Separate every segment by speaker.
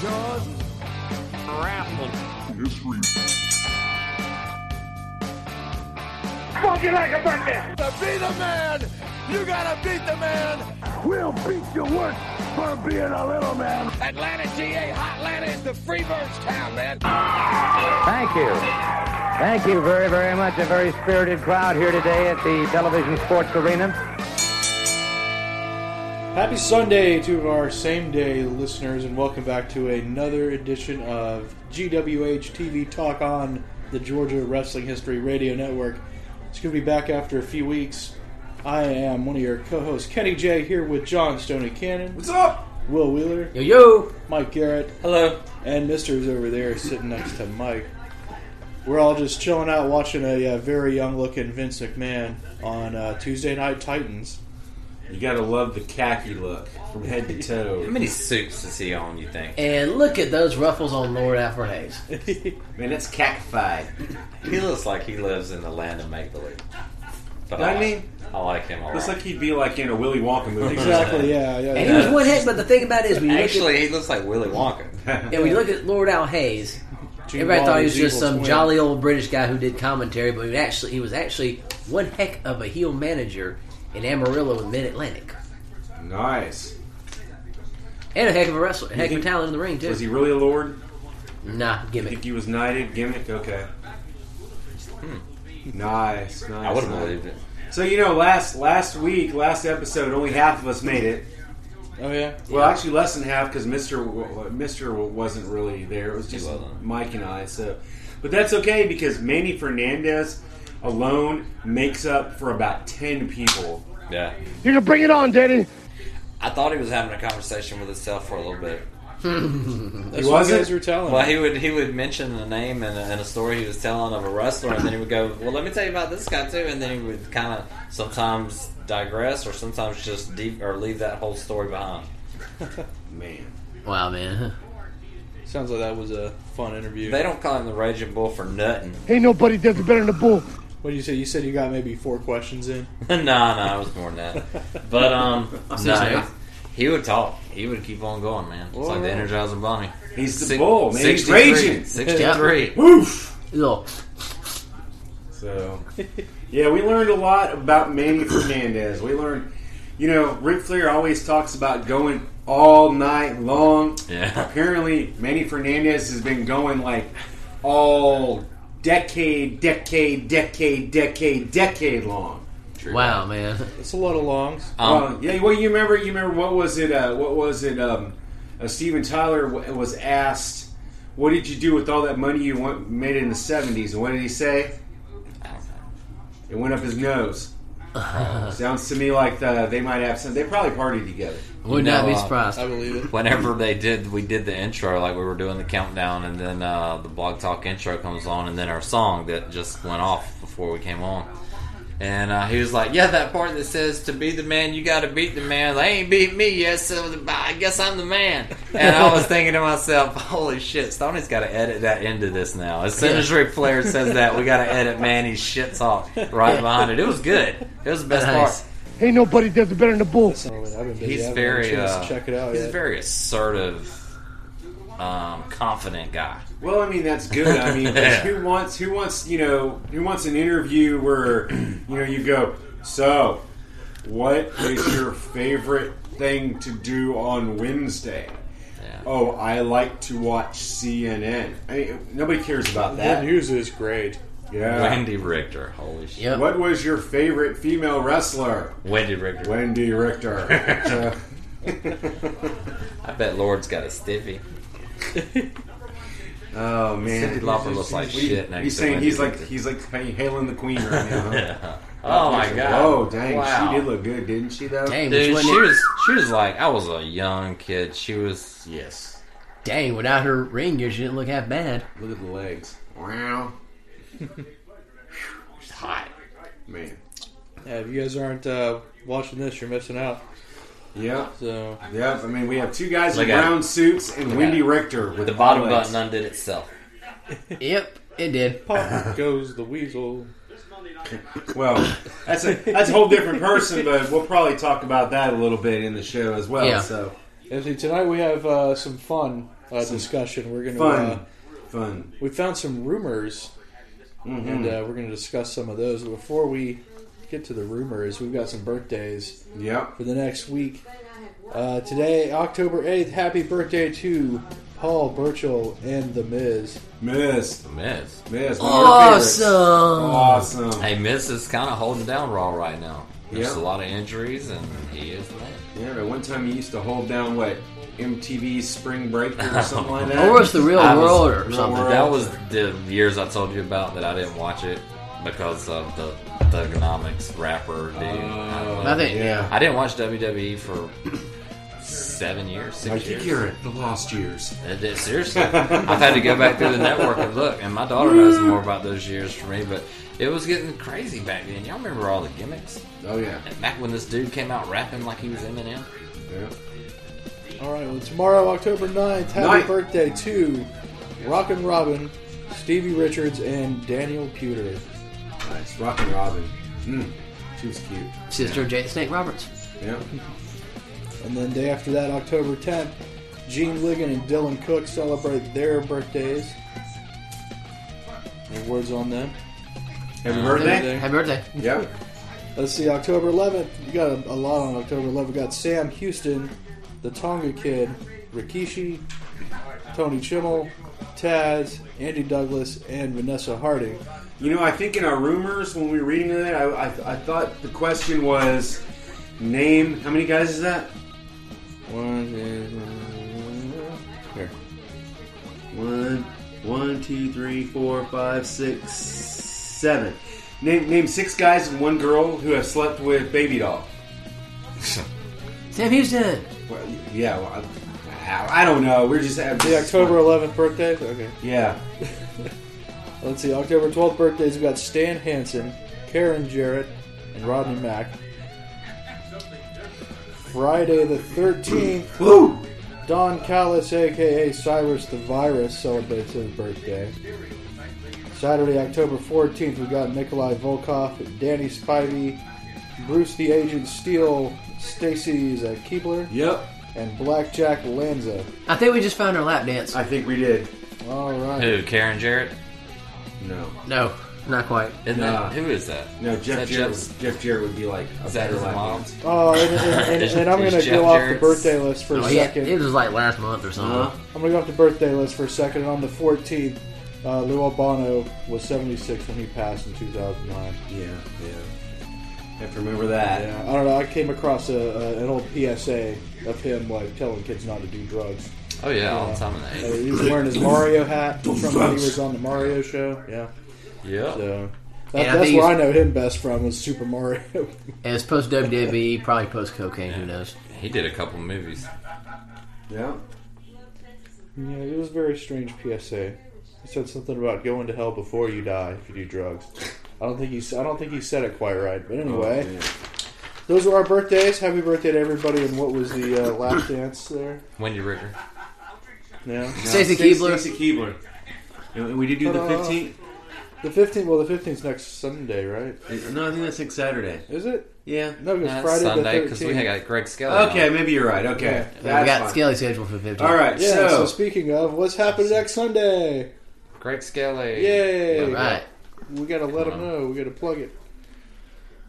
Speaker 1: Jordan.
Speaker 2: Raffling.
Speaker 3: History.
Speaker 4: Funky like a birthday.
Speaker 1: To be the man, you gotta beat the man.
Speaker 4: We'll beat your work for being a little man.
Speaker 1: Atlanta, GA, Hotlanta is the Freebirds town, man.
Speaker 5: Thank you. Thank you very, very much. A very spirited crowd here today at the Television Sports Arena.
Speaker 6: Happy Sunday to our same day listeners, and welcome back to another edition of GWH TV Talk on the Georgia Wrestling History Radio Network. It's going to be back after a few weeks. I am one of your co hosts, Kenny J, here with John Stoney Cannon. What's up? Will Wheeler. Yo, yo. Mike Garrett. Hello. And Mister's over there sitting next to Mike. We're all just chilling out watching a, uh very young looking Vince McMahon on uh, Tuesday Night Titans.
Speaker 7: You gotta love the khaki look from head to
Speaker 8: How
Speaker 7: toe.
Speaker 8: many suits is he on, you think?
Speaker 2: And look at those ruffles on Lord Alfred Hayes.
Speaker 8: Man, it's cactified. He looks like he lives in the land of make believe. But
Speaker 7: I
Speaker 8: like-
Speaker 7: mean-
Speaker 8: I like him a lot.
Speaker 7: Looks like he'd be like in a Willy Wonka movie.
Speaker 6: Exactly, yeah, yeah.
Speaker 2: And
Speaker 6: yeah.
Speaker 2: he was one hit, but the thing about it is when you look
Speaker 8: Actually, he looks like Willy Wonka.
Speaker 2: at, yeah, when you look at Lord Al Hayes,
Speaker 6: Gene
Speaker 2: everybody thought he was
Speaker 6: Wilder's
Speaker 2: just
Speaker 6: evil
Speaker 2: some
Speaker 6: twin.
Speaker 2: jolly old British guy who did commentary, but he was actually he was actually one heck of a heel manager in Amarillo and Mid Atlantic,
Speaker 7: Nice.
Speaker 2: and a heck of a wrestler, a heck of a
Speaker 7: think-
Speaker 2: talent in the ring too.
Speaker 7: Was he really a lord?
Speaker 2: nah,
Speaker 7: Think
Speaker 2: gimmick.
Speaker 7: he was knighted? Gimmick? Okay. Hmm. Nice, nice.
Speaker 8: I would have
Speaker 7: nice.
Speaker 8: believed it.
Speaker 7: So you know, last last week, last episode, only half of us made it.
Speaker 6: Oh, yeah.
Speaker 7: Well, actually, less than half because Mister Mister wasn't really there. It was just
Speaker 8: wasn't.
Speaker 7: Mike and I. So, but that's okay because Manny Fernandez alone makes up for about ten people.
Speaker 8: Yeah.
Speaker 4: You can bring it on, Daddy.
Speaker 8: I thought he was having a conversation with himself for a little bit.
Speaker 6: That's
Speaker 7: He
Speaker 6: what you
Speaker 7: wasn't?
Speaker 6: guys were telling
Speaker 8: Well,
Speaker 6: me.
Speaker 8: he would he would mention a name and a, and a story he was telling of a wrestler, and then he would go, "Well, let me tell you about this guy too." And then he would kind of sometimes digress, or sometimes just deep or leave that whole story behind.
Speaker 7: Man,
Speaker 2: Wow, man.
Speaker 6: Sounds like that was a fun interview.
Speaker 8: They don't call him the Raging Bull for nothing.
Speaker 4: Ain't nobody does it better than the bull.
Speaker 6: What did you say? You said you got maybe four questions in.
Speaker 8: no, no, it was more than that. But um, no, he, he would talk. He would keep on going, man. It's like the Energizer Bunny.
Speaker 7: he's the
Speaker 8: Six-
Speaker 7: bull. Man, he's
Speaker 8: 63,
Speaker 7: raging.
Speaker 8: Sixty-three.
Speaker 7: Woof.
Speaker 2: Little
Speaker 7: So, yeah, we learned a lot about Manny Fernandez. We learned, you know, Ric Flair always talks about going all night long.
Speaker 8: Yeah.
Speaker 7: Apparently, Manny Fernandez has been going like all decade, decade, decade, decade, decade long.
Speaker 2: wow, man.
Speaker 6: It's a lot of longs.
Speaker 8: Um,
Speaker 7: Uh, yeah, well, you remember, you remember what was it? Uh, what was it? Um, uh, Steven Tyler w- was asked, "What did you do with all that money you went, made in the '70s?" And what did he say? It went up his nose. Sounds to me like the, they might have some. They probably partied together.
Speaker 2: Would
Speaker 8: You know,
Speaker 2: not be
Speaker 8: uh,
Speaker 2: surprised.
Speaker 6: I believe it.
Speaker 8: whenever they did, we did the intro like we were doing the countdown, and then uh, the blog talk intro comes on, and then our song that just went off before we came on. And uh, he was like, "Yeah, that part that says to be the man, you got to beat the man. They ain't beat me yet, so I guess I'm the man." And I was thinking to myself, "Holy shit, Stoney's got to edit that into this now. As soon as Ric Flair says that, we got to edit Manny's shit talk right behind it. It was good. It was the best
Speaker 2: Nice.
Speaker 8: part.
Speaker 4: Ain't nobody does it better than the bull.
Speaker 6: I've been busy.
Speaker 8: He's
Speaker 6: I haven't had a
Speaker 8: very
Speaker 6: chance
Speaker 8: uh,
Speaker 6: to check it out.
Speaker 8: He's
Speaker 6: yet.
Speaker 8: a very assertive, um, confident guy.
Speaker 7: Well, I mean that's good. I mean, 'cause who wants who wants you know who wants an interview where you know you go so. What is your favorite thing to do on Wednesday?
Speaker 8: Yeah.
Speaker 7: Oh, I like to watch CNN. I mean, nobody cares about
Speaker 6: That
Speaker 7: that.
Speaker 6: news is great.
Speaker 7: Yeah.
Speaker 8: Wendy Richter, holy shit.
Speaker 2: Yep.
Speaker 7: What was your favorite female wrestler?
Speaker 8: Wendy Richter.
Speaker 7: Wendy Richter.
Speaker 8: I bet Lord's got a stiffy.
Speaker 7: oh man,
Speaker 8: Cindy Lauper looks like shit next
Speaker 7: He's
Speaker 8: to
Speaker 7: saying
Speaker 8: Wendy
Speaker 7: he's like
Speaker 8: Richter.
Speaker 7: he's like hailing the queen right now. huh?
Speaker 8: Oh my god.
Speaker 7: Oh dang,
Speaker 8: Wow.
Speaker 7: she did look good, didn't she? Though.
Speaker 2: Dang, which
Speaker 8: Dude,
Speaker 2: one
Speaker 8: she
Speaker 2: it-
Speaker 8: was she was like I was a young kid. She was yes.
Speaker 2: dang, without her ring gear, she didn't look half bad.
Speaker 7: Look at the legs. Wow,
Speaker 8: She's hot.
Speaker 7: man.
Speaker 6: Yeah, if you guys aren't uh, watching this, you're missing out.
Speaker 7: Yep.
Speaker 6: So
Speaker 7: Yep. I mean, we have two guys
Speaker 8: Look
Speaker 7: in
Speaker 8: at
Speaker 7: brown suits and Wendy
Speaker 8: at it.
Speaker 7: Richter with
Speaker 8: The bottom
Speaker 7: legs.
Speaker 8: button undid itself.
Speaker 2: Yep, it did.
Speaker 6: pop goes the weasel.
Speaker 7: Well, that's a that's a whole different person, but we'll probably talk about that a little bit in the show as well.
Speaker 2: Yeah.
Speaker 7: So
Speaker 6: And see, tonight we have uh, some fun uh, discussion. We're gonna
Speaker 7: Fun.
Speaker 6: Uh,
Speaker 7: Fun.
Speaker 6: we found some rumors,
Speaker 8: Mm-hmm.
Speaker 6: and uh, we're gonna discuss some of those. But before we get to the rumors, we've got some birthdays
Speaker 7: Yep.
Speaker 6: for the next week. Uh, today, October eighth, happy birthday to Paul Burchill and The Miz.
Speaker 7: Miss.
Speaker 8: Miz.
Speaker 7: Miss. one of our favorites.
Speaker 2: Awesome.
Speaker 7: Awesome.
Speaker 8: Hey, Miz is kind of holding down Raw right now. There's
Speaker 7: Yeah.
Speaker 8: a lot of injuries, and he is the man.
Speaker 7: Yeah, but one time you used to hold down what MTV Spring Break or something like that.
Speaker 2: Or was the real
Speaker 8: I was-
Speaker 2: world or
Speaker 7: Real
Speaker 2: something?
Speaker 7: World.
Speaker 8: That was the years I told you about that I didn't watch it because of the Thugonomics rapper dude. I,
Speaker 7: Oh.
Speaker 8: don't know.
Speaker 2: I think
Speaker 7: Yeah.
Speaker 8: I didn't watch WWE for seven years, six
Speaker 7: I
Speaker 8: years.
Speaker 7: think you're at the lost years.
Speaker 8: It- it- seriously, I've had to go back through the network and look. And my daughter knows more about those years for me, but it was getting crazy back then. Y'all remember all the gimmicks?
Speaker 7: Oh yeah.
Speaker 8: And back when this dude came out rapping like he was Eminem.
Speaker 7: yeah.
Speaker 6: All right, well, tomorrow, October 9th, happy
Speaker 7: Night.
Speaker 6: birthday to Rockin' Robin, Stevie Richards, and Daniel Pewter.
Speaker 7: Nice. Rockin' Robin. Mm. She was cute.
Speaker 2: Sister Jay the Snake Roberts.
Speaker 7: Yeah.
Speaker 6: And then day after that, October 10th, Gene Ligon and Dylan Cook celebrate their birthdays. Any words on them?
Speaker 7: Happy birthday.
Speaker 2: Happy birthday.
Speaker 7: Yeah.
Speaker 6: Let's see, October 11th, you got a, a lot on October 11th. We got Sam Houston, the Tonga Kid, Rikishi, Tony Chimmel, Taz, Andy Douglas, and Vanessa Harding.
Speaker 7: You know, I think in our rumors when we were reading that, I, I, I thought the question was name. How many guys is that?
Speaker 6: One, two, three. Here.
Speaker 7: One, one, two, three, four, five, six, seven. Name name six guys and one girl who have slept with baby doll.
Speaker 2: Sam Houston.
Speaker 7: Well, yeah, well, I, I don't know. We're just having
Speaker 6: The October 11th birthday? Okay.
Speaker 7: Yeah,
Speaker 6: Let's see, October 12th birthdays, we got Stan Hansen, Karen Jarrett, and Rodney Mack. Friday the 13th,
Speaker 7: woo,
Speaker 6: Don Callis, aka Cyrus the Virus, celebrates his birthday. Saturday, October 14th, we got Nikolai Volkov, Danny Spivey, Bruce the Agent Steele, Stacy Keebler,
Speaker 7: yep.
Speaker 6: and Blackjack Lanza.
Speaker 2: I think we just found our lap dance.
Speaker 7: I think we did.
Speaker 6: All right.
Speaker 8: Who? Karen Jarrett?
Speaker 7: No,
Speaker 2: No, not quite.
Speaker 8: Isn't
Speaker 7: Nah.
Speaker 8: that, who is that?
Speaker 7: no.
Speaker 8: Is that
Speaker 7: Jeff Jarrett.
Speaker 8: Jeff's-
Speaker 7: Jeff Jarrett would be like a
Speaker 8: Is that
Speaker 7: better
Speaker 8: his
Speaker 7: lap
Speaker 8: mom?
Speaker 7: dance.
Speaker 6: Oh, and, and, and, and I'm
Speaker 8: Is
Speaker 6: going to
Speaker 8: Jeff
Speaker 6: go off the
Speaker 8: Jarrett's-
Speaker 6: birthday list for a
Speaker 2: Oh, yeah,
Speaker 6: second. Uh-huh.
Speaker 2: it was like last month or something.
Speaker 7: Huh?
Speaker 6: I'm going to go off the birthday list for a second. And on the 14th, uh, Lou Albano was 76 when he passed in 2009.
Speaker 7: Yeah, yeah. Have to remember that.
Speaker 6: Yeah, I don't know. I came across a, a, an old PSA of him like telling kids not to do drugs.
Speaker 8: Oh, yeah, all the time in the
Speaker 6: Uh,
Speaker 8: 80s.
Speaker 6: he was wearing his Mario hat from when he was on the Mario show. Yeah,
Speaker 8: Yeah.
Speaker 6: so
Speaker 2: And I
Speaker 6: that,
Speaker 2: think
Speaker 6: that's
Speaker 2: he's-
Speaker 6: where I know him best from was Super Mario.
Speaker 2: And it's post WWE, probably post cocaine. Who knows?
Speaker 8: He did a couple movies.
Speaker 7: Yeah.
Speaker 6: yeah, it was a very strange PSA. He said something about going to hell before you die if you do drugs. I don't think he. s- I don't think he said it quite right. But anyway,
Speaker 2: Oh,
Speaker 7: Yeah.
Speaker 6: those were our birthdays. Happy birthday to everybody! And what was the uh, lap dance there?
Speaker 8: Wendy Ricker.
Speaker 6: Yeah.
Speaker 2: Stacey
Speaker 7: Stacy-
Speaker 2: Keebler.
Speaker 7: Stacy Keebler. And we did do the
Speaker 6: Ta-da.
Speaker 7: 15th.
Speaker 6: The fifteenth. Well, the fifteenth is next Sunday, right?
Speaker 7: eh, No, I think that's next Saturday.
Speaker 6: Is it?
Speaker 7: Yeah.
Speaker 6: No, because
Speaker 8: That's
Speaker 6: Friday
Speaker 8: Sunday
Speaker 6: the
Speaker 8: because we
Speaker 6: thirteenth.
Speaker 8: had got Greg Skelly. on.
Speaker 7: Okay, maybe you're right. Okay.
Speaker 6: Yeah.
Speaker 2: we got
Speaker 7: That's fine.
Speaker 2: Skelly scheduled for 50.
Speaker 7: All right,
Speaker 6: Yeah. So,
Speaker 7: so,
Speaker 6: speaking of, what's happening next Sunday?
Speaker 8: Greg Skelly.
Speaker 6: Yay!
Speaker 2: All right.
Speaker 6: We gotta let them know. We gotta plug it.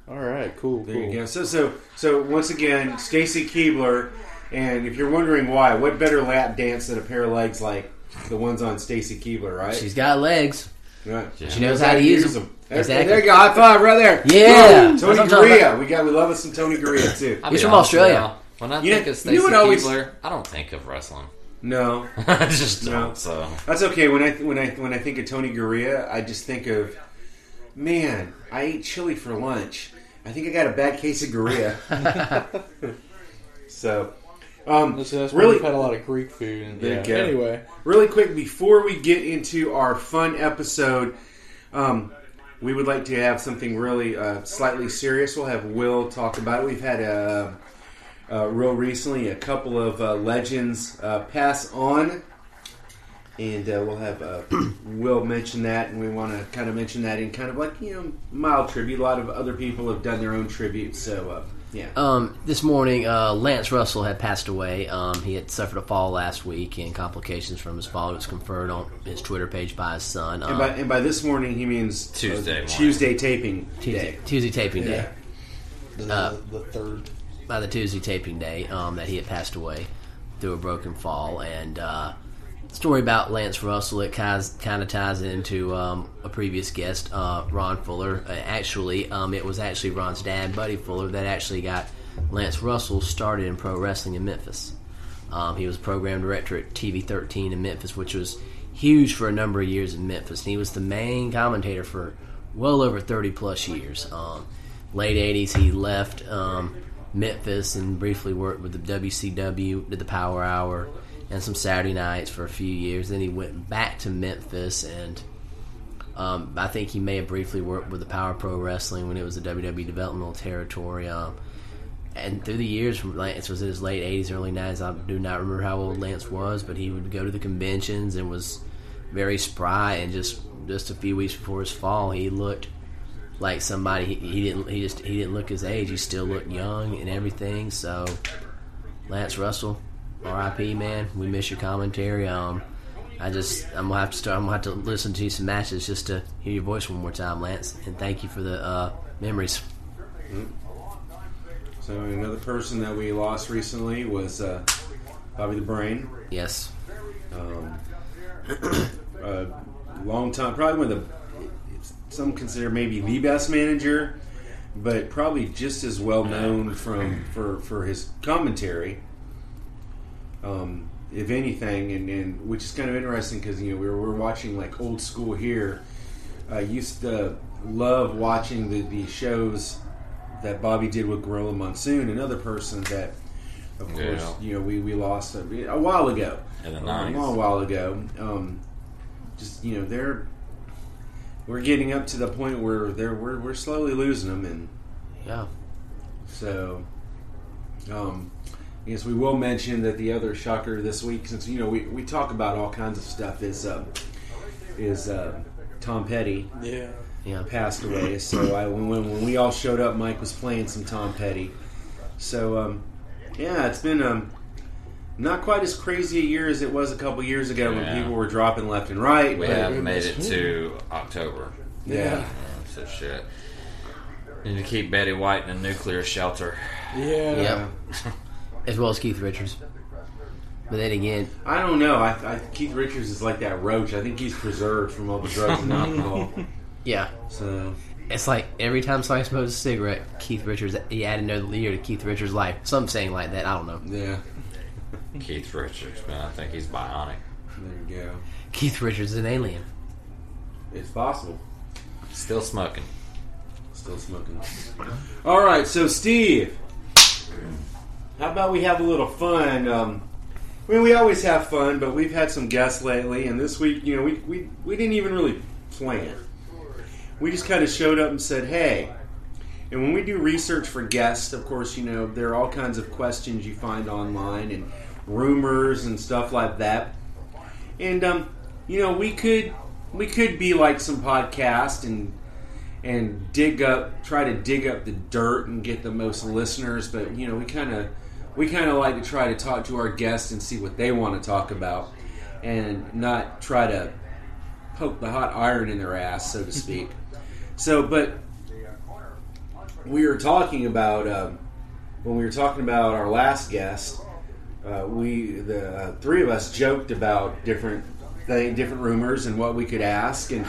Speaker 6: All right. Cool.
Speaker 7: there you
Speaker 6: cool.
Speaker 7: go. So, so, so once again, Stacy Keebler, and if you're wondering why, what better lap dance than a pair of legs like the ones on Stacy Keebler, right?
Speaker 2: She's got legs.
Speaker 7: right.
Speaker 2: She knows how to use them.
Speaker 7: There,
Speaker 2: Exactly.
Speaker 7: there you go. High five right there.
Speaker 2: Yeah.
Speaker 7: Woo!
Speaker 2: That's what I'm
Speaker 7: Tony
Speaker 2: talking
Speaker 7: Gurria. We got. We love us some Tony Gurria too.
Speaker 8: I'll
Speaker 2: He's
Speaker 8: be
Speaker 2: from
Speaker 8: honest with
Speaker 2: Australia.
Speaker 8: y'all. When I
Speaker 7: You
Speaker 8: think
Speaker 7: know-
Speaker 8: of
Speaker 7: you know
Speaker 8: Stacy
Speaker 7: what always-
Speaker 8: Keebler, I don't think of wrestling.
Speaker 7: No,
Speaker 8: I just
Speaker 7: No.
Speaker 8: don't. So
Speaker 7: That's okay. When I when I when I think of Tony Gurria, I just think of man. I ate chili for lunch. I think I got a bad case of Gurria. so, um,
Speaker 6: Listen, that's really
Speaker 7: really,
Speaker 6: we've had a lot of Greek food. And,
Speaker 7: There
Speaker 6: yeah.
Speaker 7: you go.
Speaker 6: Anyway,
Speaker 7: really quick before we get into our fun episode, um, we would like to have something really uh, slightly serious. We'll have Will talk about it. We've had a. Uh, real recently, a couple of uh, legends uh, pass on and uh, we'll have uh, Will mention that, and we want to kind of mention that in kind of like you know mild tribute. A lot of other people have done their own tribute, so uh, Yeah.
Speaker 2: Um, this morning, uh, Lance Russell had passed away. Um, he had suffered a fall last week and complications from his fall. It was conferred on his Twitter page by his son. Um,
Speaker 7: and, by, and by this morning, he means uh,
Speaker 8: Tuesday morning.
Speaker 7: Tuesday taping
Speaker 2: Tuesday,
Speaker 7: day.
Speaker 2: Tuesday taping day.
Speaker 6: Yeah. The,
Speaker 2: Uh,
Speaker 6: the third.
Speaker 2: by the Tuesday taping day um, that he had passed away through a broken fall. And uh, story about Lance Russell it kind of ties into um, a previous guest, uh, Ron Fuller. Uh, actually, um, it was actually Ron's dad, Buddy Fuller, that actually got Lance Russell started in pro wrestling in Memphis. Um, he was program director at TV 13 in Memphis, which was huge for a number of years in Memphis. And he was the main commentator for well over 30 plus years. Um, late 80s, he left um, Memphis and briefly worked with the WCW, did the Power Hour, and some Saturday nights for a few years. Then he went back to Memphis and. Um, I think he may have briefly worked with the Power Pro Wrestling when it was the WWE developmental territory. Um, and through the years, from Lance was in his late 80s, early 90s. I do not remember how old Lance was, but he would go to the conventions and was very spry. And just just a few weeks before his fall, he looked like somebody. He, he didn't. He just he didn't look his age. He still looked young and everything. So, Lance Russell, R.I.P. Man, we miss your commentary. Um, I just I'm gonna have to start. I'm gonna have to listen to some matches just to hear your voice one more time, Lance. And thank you for the uh, memories.
Speaker 7: So another person that we lost recently was uh, Bobby the Brain.
Speaker 2: Yes.
Speaker 7: uh, long time, probably one of the some consider maybe the best manager, but probably just as well known from for for his commentary. Um, if anything, and, and which is kind of interesting because you know we were, we were watching like old school here. I used to love watching the, the shows that Bobby did with Gorilla Monsoon, another person that, of
Speaker 8: Yeah.
Speaker 7: course, you know we, we lost a, a while ago,
Speaker 8: In the
Speaker 7: a
Speaker 8: 90s.
Speaker 7: long while ago. Um, just you know they're we're getting up to the point where they're we're, we're slowly losing them, and
Speaker 2: Yeah.
Speaker 7: so um, I guess we will mention that the other shocker this week, since you know we, we talk about all kinds of stuff, is uh, is uh, Tom Petty
Speaker 6: Yeah.
Speaker 2: Yeah.
Speaker 7: passed away. So I, when, when when we all showed up, Mike was playing some Tom Petty. So um, yeah, it's been um, not quite as crazy a year as it was a couple years ago when
Speaker 8: Yeah.
Speaker 7: people were dropping left and right.
Speaker 8: We
Speaker 7: but-
Speaker 8: have made it to October.
Speaker 7: yeah.
Speaker 8: So shit. Need to keep Betty White in a nuclear shelter.
Speaker 6: Yeah.
Speaker 2: Yeah. Uh, As well as Keith Richards. But then again,
Speaker 7: I don't know. I, I Keith Richards is like that roach. I think he's preserved from all the drugs and alcohol.
Speaker 2: yeah,
Speaker 7: So
Speaker 2: it's like every time somebody smokes a cigarette, Keith Richards, he added another year to Keith Richards' life. Some saying like that, I don't know.
Speaker 7: yeah,
Speaker 8: Keith Richards, man, I think he's bionic.
Speaker 7: there you go.
Speaker 2: Keith Richards is an alien.
Speaker 7: It's possible.
Speaker 8: Still smoking.
Speaker 7: Still smoking. All right, so Steve, how about we have a little fun? Um, I mean, we always have fun, but we've had some guests lately, and this week, you know, we we, we didn't even really plan. We just kind of showed up and said, "Hey." And when we do research for guests, of course, you know there are all kinds of questions you find online and rumors and stuff like that. And um, you know, we could we could be like some podcast and and dig up try to dig up the dirt and get the most listeners but you know we kind of we kind of like to try to talk to our guests and see what they want to talk about and not try to poke the hot iron in their ass so to speak so but we were talking about um, when we were talking about our last guest uh, we the uh, three of us joked about different thing, different rumors and what we could ask, and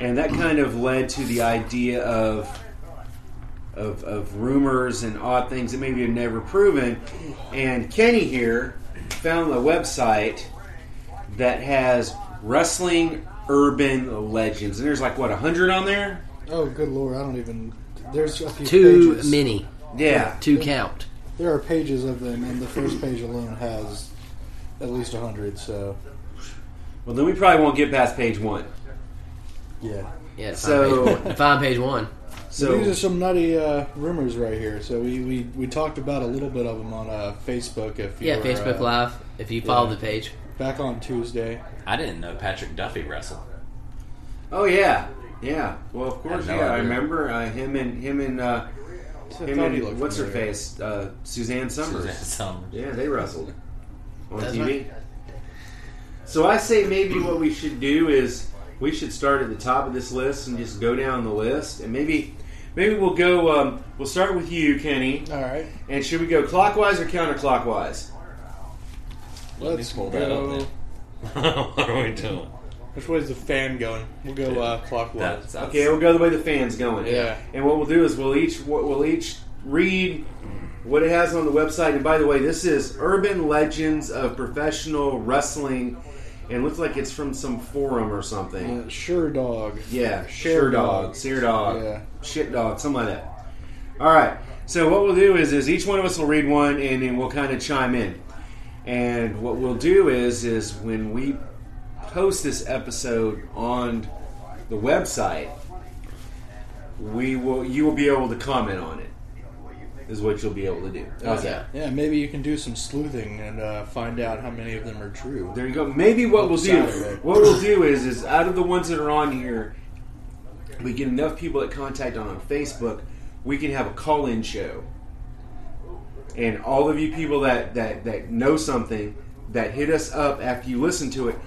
Speaker 7: and that kind of led to the idea of of, of rumors and odd things that maybe have never proven. And Kenny here found a website that has wrestling urban legends, and there's like what hundred on there.
Speaker 6: Oh, good lord! I don't even. There's a few
Speaker 2: Too
Speaker 6: pages.
Speaker 2: many
Speaker 7: Yeah,
Speaker 2: to count.
Speaker 6: There are pages of them, and the first page alone has at least a hundred. So
Speaker 7: Well, then we probably won't get past page one.
Speaker 6: yeah.
Speaker 2: Yeah, it's
Speaker 7: So-
Speaker 2: on page one. Find page one.
Speaker 7: So
Speaker 6: These are some nutty uh, rumors right here. So we, we, we talked about a little bit of them on uh, Facebook. If you
Speaker 2: Yeah,
Speaker 6: were,
Speaker 2: Facebook
Speaker 6: uh,
Speaker 2: Live. If you follow
Speaker 6: yeah.
Speaker 2: the page,
Speaker 6: back on Tuesday.
Speaker 8: I didn't know Patrick Duffy wrestled.
Speaker 7: Oh yeah, yeah. Well, of course,
Speaker 8: Had no
Speaker 7: yeah. I
Speaker 8: idea.
Speaker 7: remember uh, him and him and uh,
Speaker 6: So I
Speaker 7: Him
Speaker 6: thought
Speaker 7: and
Speaker 6: he looked
Speaker 7: what's her
Speaker 6: familiar.
Speaker 7: face? Uh, Suzanne Summers.
Speaker 8: Suzanne Summers.
Speaker 7: Yeah, they wrestled on
Speaker 2: That's
Speaker 7: TV. So I say maybe what we should do is we should start at the top of this list and just go down the list, and maybe maybe we'll go. Um, we'll start with you, Kenny.
Speaker 6: All right.
Speaker 7: And should we go clockwise or counterclockwise?
Speaker 8: Let me
Speaker 6: Let's
Speaker 8: pull that
Speaker 6: go.
Speaker 8: up then. what are we doing?
Speaker 6: Which way is the fan going? We'll go uh, clockwise.
Speaker 8: That's, that's
Speaker 7: Okay, we'll go the way the fans going.
Speaker 6: Yeah.
Speaker 7: And what we'll do is we'll each we'll each read what it has on the website. And by the way, this is Urban Legends of Professional Wrestling, and looks like it's from some forum or something.
Speaker 6: Uh, sure, dog.
Speaker 7: Yeah,
Speaker 6: Share
Speaker 7: sure dog,
Speaker 6: dog.
Speaker 7: sear dog,
Speaker 6: Yeah.
Speaker 7: shit dog, something like that. All right. So what we'll do is is each one of us will read one, and then we'll kind of chime in. And what we'll do is is when we post this episode on the website, we will you will be able to comment on it. Is what you'll be able to do. How's that?
Speaker 6: Yeah, maybe you can do some sleuthing and uh, find out how many of them are true.
Speaker 7: There you go. Maybe what we'll do,
Speaker 6: Saturday.
Speaker 7: what we'll do is, is out of the ones that are on here, we get enough people that contact on Facebook, we can have a call-in show, and all of you people that that that know something that hit us up after you listen to it.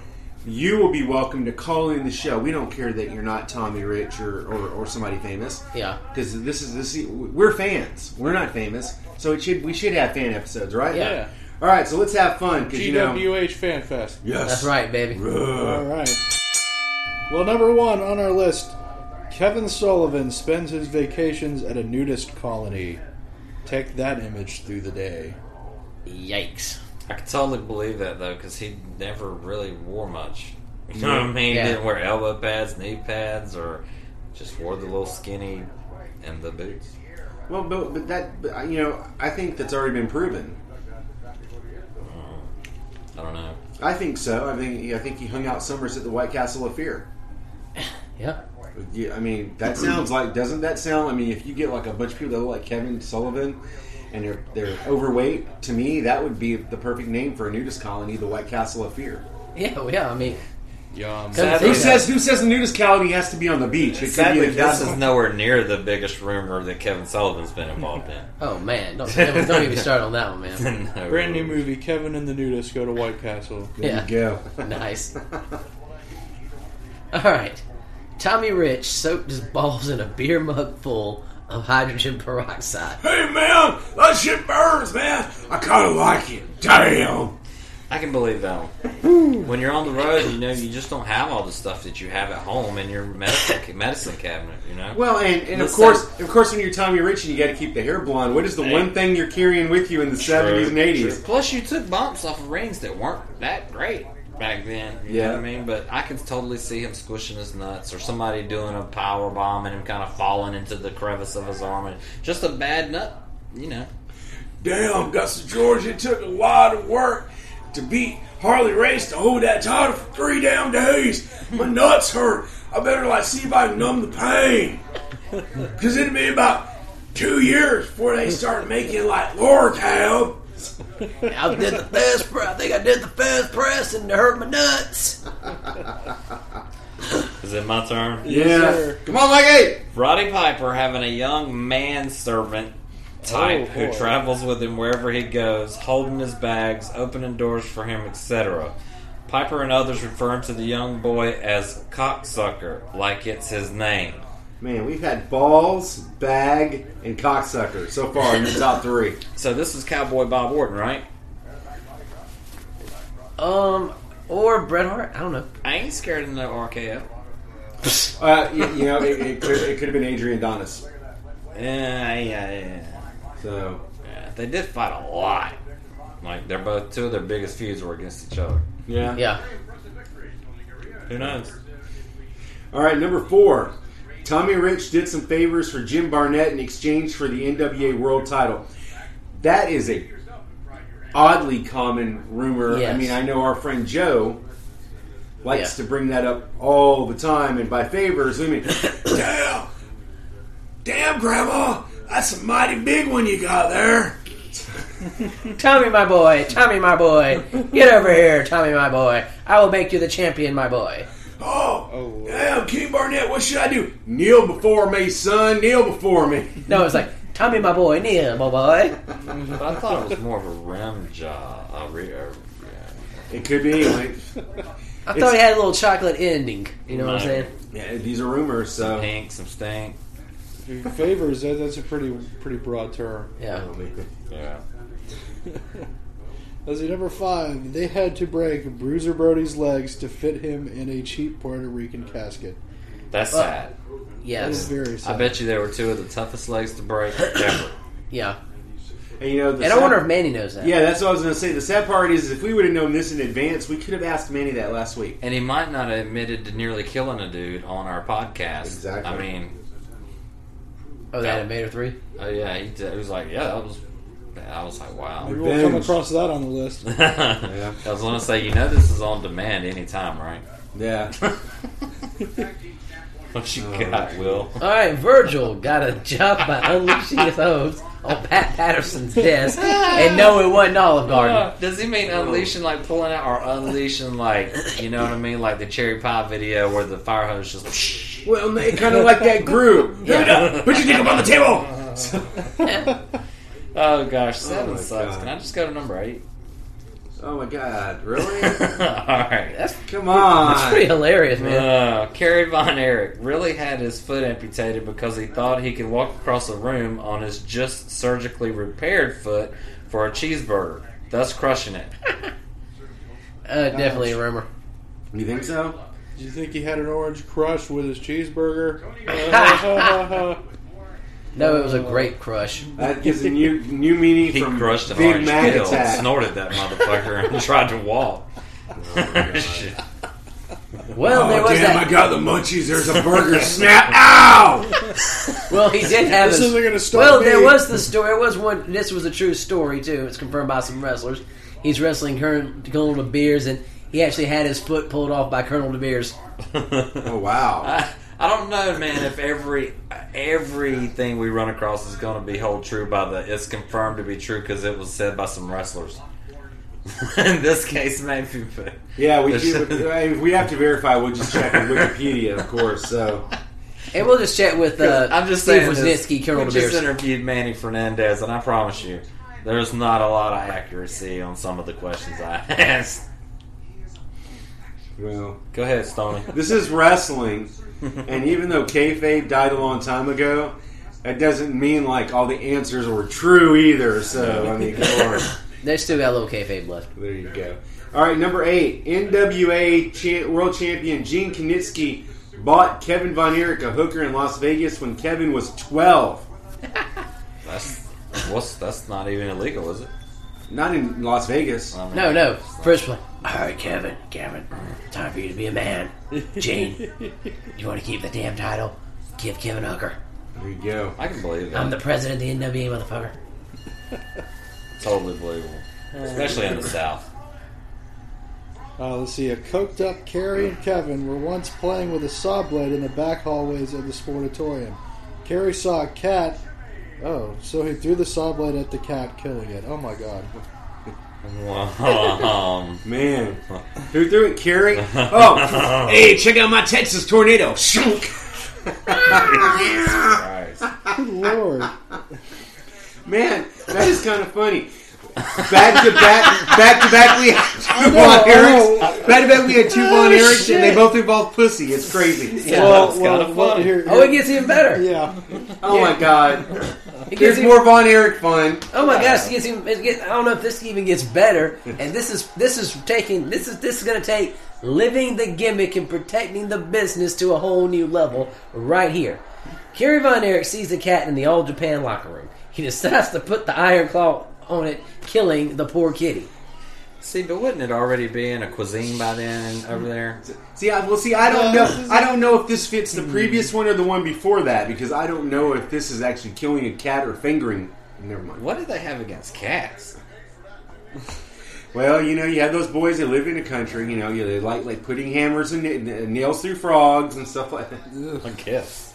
Speaker 7: You will be welcome to call in the show. We don't care that you're not Tommy Rich or, or, or somebody famous.
Speaker 2: Yeah.
Speaker 7: because this is this. is- We're fans. We're not famous, so it should we should have fan episodes, right?
Speaker 2: Yeah.
Speaker 6: Yeah.
Speaker 7: All right, so let's have fun because you know.
Speaker 6: GWH Fan Fest.
Speaker 7: Yes.
Speaker 2: That's right, baby.
Speaker 6: All right. Well, number one on our list Kevin Sullivan spends his vacations at a nudist colony. Take that image through the day.
Speaker 2: Yikes.
Speaker 8: I could totally believe that though, because he never really wore much. You know what I mean?
Speaker 2: Yeah.
Speaker 8: He didn't wear elbow pads, knee pads, or just wore the little skinny and the boots.
Speaker 7: Well, but, but that but, I- you know, I think that's already been proven.
Speaker 8: I don't know.
Speaker 7: I think so. I think I think he hung out summers at the White Castle of Fear.
Speaker 2: Yeah.
Speaker 7: Yeah, I mean, that sounds like doesn't that sound? I mean, if you get like a bunch of people that look like Kevin Sullivan and they're they're overweight, to me that would be the perfect name for a nudist colony, the White Castle of Fear.
Speaker 2: Yeah, well, yeah, I mean,
Speaker 6: Yum.
Speaker 2: Sadly-
Speaker 7: Who says who says the nudist colony has to be on the beach? It could be
Speaker 8: Sadly,
Speaker 7: a
Speaker 8: this is
Speaker 7: castle.
Speaker 8: nowhere near the biggest rumor that Kevin Sullivan's been involved in.
Speaker 2: oh man, don't, don't don't get me started on that one, man.
Speaker 8: No.
Speaker 6: Brand new movie Kevin and the Nudist go to White Castle.
Speaker 2: Yeah.
Speaker 7: Go.
Speaker 2: Nice. All right. Tommy Rich soaked his balls in a beer mug full of hydrogen peroxide.
Speaker 7: Hey man, that shit burns, man. I kind of like it. Damn.
Speaker 8: I can believe that one. when you're on the road, you know you just don't have all the stuff that you have at home in your medicine medicine cabinet. You know.
Speaker 7: Well, and, and of
Speaker 8: Listen.
Speaker 7: course, of course, when you're Tommy Rich and you got to keep the hair blonde, what is the one thing you're carrying with you in the seventies and eighties?
Speaker 8: Plus, you took bumps off of rings that weren't that great back then. You
Speaker 7: Yeah.
Speaker 8: know what I mean? But I can totally see him squishing his nuts or somebody doing a power bomb and him kind of falling into the crevice of his arm. and Just a bad nut, you know.
Speaker 7: Damn, Gus George, it took a lot of work to beat Harley Race to hold that title for three damn days. My nuts hurt. I better like see if I can numb the pain, because it'd be about two years before they start making like Lorcab.
Speaker 2: I did the fast press. I think I did the fast press and it hurt my nuts.
Speaker 8: Is it my turn?
Speaker 7: Yeah,
Speaker 6: sir.
Speaker 7: come on, Mikey.
Speaker 8: Roddy Piper having a young manservant type
Speaker 6: Oh,
Speaker 8: who
Speaker 6: boy.
Speaker 8: travels with him wherever he goes, holding his bags, opening doors for him, etc. Piper and others refer to the young boy as cocksucker, like it's his name.
Speaker 7: Man, we've had balls, bag, and cocksucker so far in the top three.
Speaker 8: So this is Cowboy Bob Orton, right?
Speaker 2: Um, or Bret Hart. I don't know.
Speaker 8: I ain't scared of no RKO.
Speaker 7: Uh, you, you know, it, it could it could have been Adrian Donis.
Speaker 8: Yeah, yeah, yeah,
Speaker 7: So
Speaker 8: yeah. They did fight a lot. Like they're both two of their biggest feuds were against each other.
Speaker 7: yeah.
Speaker 2: Yeah.
Speaker 8: Who knows?
Speaker 7: All right, number four. Tommy Rich did some favors for Jim Barnett in exchange for the NWA World Title. That is a oddly common rumor. I
Speaker 2: Yes.
Speaker 7: mean, I know our friend Joe likes
Speaker 2: Yeah.
Speaker 7: to bring that up all the time, and by favors, I mean, damn, damn, Grandma, that's a mighty big one you got there.
Speaker 2: Tommy, my boy. Tommy, my boy. Get over here, Tommy, my boy. I will make you the champion, my boy.
Speaker 7: Oh, damn, King Barnett, what should I do? Kneel before me, son, kneel before me.
Speaker 2: No, it's like Tommy, my boy, Neil, my boy.
Speaker 8: But I thought it was more of a rim job. A re- a-
Speaker 7: It could be anyway.
Speaker 2: I thought he had a little chocolate ending. You know what I'm
Speaker 8: Right.
Speaker 2: saying?
Speaker 7: yeah, these are rumors,
Speaker 8: yeah.
Speaker 7: so
Speaker 8: Pink, some stink.
Speaker 6: Favors, that, that's a pretty pretty broad term.
Speaker 2: Yeah.
Speaker 8: Yeah.
Speaker 6: As at number five, they had to break Bruiser Brody's legs to fit him in a cheap Puerto Rican casket.
Speaker 8: That's
Speaker 2: Well,
Speaker 8: sad.
Speaker 6: That is
Speaker 2: Yes.
Speaker 6: very
Speaker 8: I
Speaker 6: sad.
Speaker 8: bet you there were two of the toughest legs to break ever.
Speaker 2: Yeah.
Speaker 7: and, you know. The
Speaker 2: And I
Speaker 7: sad-
Speaker 2: wonder if Manny knows that.
Speaker 7: Yeah, that's what I was going to say. The sad part is, if we would have known this in advance, we could have asked Manny that last week.
Speaker 8: and he might not have admitted to nearly killing a dude on our podcast.
Speaker 7: Exactly.
Speaker 8: I mean,
Speaker 2: Oh,
Speaker 8: Yeah.
Speaker 2: that Invader 3?
Speaker 8: oh yeah, he, did- he was like, yeah, that was. I was like, wow.
Speaker 6: Maybe we'll come
Speaker 7: Revenge.
Speaker 6: across that on the list.
Speaker 8: I was gonna say, you know, this is on demand anytime, right?
Speaker 7: Yeah,
Speaker 8: What you
Speaker 7: Oh,
Speaker 8: got, Will?
Speaker 2: All right, Virgil got a job by unleashing his hopes on Pat Patterson's desk, and no, it wasn't Olive Garden.
Speaker 8: Does he mean unleashing like pulling out, or unleashing like you know what I mean, like the cherry pie video where the fire hose just?
Speaker 7: well, kind of like that group.
Speaker 2: Yeah.
Speaker 7: Put your dick up on the table.
Speaker 8: Oh gosh, seven
Speaker 7: my
Speaker 8: sucks.
Speaker 7: God.
Speaker 8: Can I just go to number eight?
Speaker 7: Oh my God! Really?
Speaker 8: All right.
Speaker 2: That's
Speaker 7: Come on.
Speaker 2: that's pretty hilarious, man.
Speaker 8: Uh, Kerry Von Erich really had his foot amputated because he thought he could walk across a room on his just surgically repaired foot for a cheeseburger, thus crushing it.
Speaker 2: Uh, definitely a rumor.
Speaker 7: You think so?
Speaker 6: Do you think he had an orange crush with his cheeseburger?
Speaker 2: No, it was a great crush.
Speaker 7: That gives a new new meaning
Speaker 8: He
Speaker 7: from
Speaker 8: crushed an
Speaker 7: Big
Speaker 8: orange
Speaker 7: Mac
Speaker 8: pill,
Speaker 7: attack.
Speaker 8: snorted that motherfucker, and tried to walk. Oh, Shit.
Speaker 2: Well, there
Speaker 7: Oh,
Speaker 2: was
Speaker 7: damn, I
Speaker 2: that.
Speaker 7: got the munchies. There's a burger snap. Ow!
Speaker 2: Well, he did have.
Speaker 6: This
Speaker 2: his-
Speaker 6: isn't gonna stop
Speaker 2: well,
Speaker 6: me.
Speaker 2: there was the story. It was one. This was a true story too. It's confirmed by some wrestlers. He's wrestling Colonel Colonel De Beers, and he actually had his foot pulled off by Colonel De Beers.
Speaker 7: Oh, wow.
Speaker 8: I, I don't know, man. If every everything we run across is going to be held true by the, it's confirmed to be true because it was said by some wrestlers. In this case, maybe, but
Speaker 7: Yeah, we do, if we have to verify. We'll just check on Wikipedia, of course. So
Speaker 2: And we'll just chat with. Uh,
Speaker 8: I'm just
Speaker 2: Steve
Speaker 8: saying. this,
Speaker 2: Wisniewski, Colonel
Speaker 8: we
Speaker 2: De
Speaker 8: just
Speaker 2: Beers.
Speaker 8: interviewed Manny Fernandez, and I promise you, there's not a lot of accuracy on some of the questions I asked.
Speaker 7: well,
Speaker 8: Go ahead, Stoney.
Speaker 7: this is wrestling, and even though kayfabe died a long time ago, that doesn't mean like all the answers were true either. So I mean, come on.
Speaker 2: they still got a little kayfabe left.
Speaker 7: There you go. All right, number eight, NWA cha- World Champion Gene Konitsky bought Kevin Von Erich a hooker in Las Vegas when Kevin was twelve.
Speaker 8: That's what's that's not even illegal, is it?
Speaker 7: Not in Las Vegas.
Speaker 8: I mean,
Speaker 2: No, no. First one. All right, Kevin. Kevin, time for you to be a man. Gene, you want to keep the damn title? Give Kevin Hooker.
Speaker 7: There you go.
Speaker 8: I can believe that.
Speaker 2: I'm the president of the NWA, motherfucker.
Speaker 8: Totally believable, especially in the South.
Speaker 6: Uh, let's see. A coked up Carrie and Kevin were once playing with a saw blade in the back hallways of the sportatorium. Carrie saw a cat. Oh, so he threw the saw blade at the cat, killing it. Oh my god.
Speaker 8: Um,
Speaker 7: Man, who threw it? Carrie. Oh, hey, check out my Texas tornado.
Speaker 8: Christ.
Speaker 6: Good lord.
Speaker 7: Man, that is kind of funny. Back to back, back to back, we had
Speaker 6: know,
Speaker 7: two Von
Speaker 6: I know.
Speaker 7: Erichs. Back to back, we had two Von Erichs, and they both involve pussy. It's crazy.
Speaker 8: Yeah, that's kind of funny.
Speaker 6: here-
Speaker 2: Oh, it gets even better.
Speaker 6: yeah.
Speaker 7: Oh my god.
Speaker 2: It gets
Speaker 7: Here's
Speaker 2: even,
Speaker 7: more Von Erich fun.
Speaker 2: Oh my gosh, it gets even, it gets, I don't know if this even gets better. And this is this is taking this is this is going to take living the gimmick and protecting the business to a whole new level right here. Kerry Von Erich sees the cat in the All Japan locker room. He decides to put the iron claw on it, killing the poor kitty.
Speaker 8: See, but wouldn't it already be in a cuisine by then over there?
Speaker 7: See, I, well, see, I don't
Speaker 6: No,
Speaker 7: know. I don't know if this fits the previous one or the one before that because I don't know if this is actually killing a cat or fingering. Never mind.
Speaker 8: What did they have against cats?
Speaker 7: Well, you know, you have those boys that live in the country. You know, you, they like like putting hammers and na- nails through frogs and stuff like that.
Speaker 8: I guess.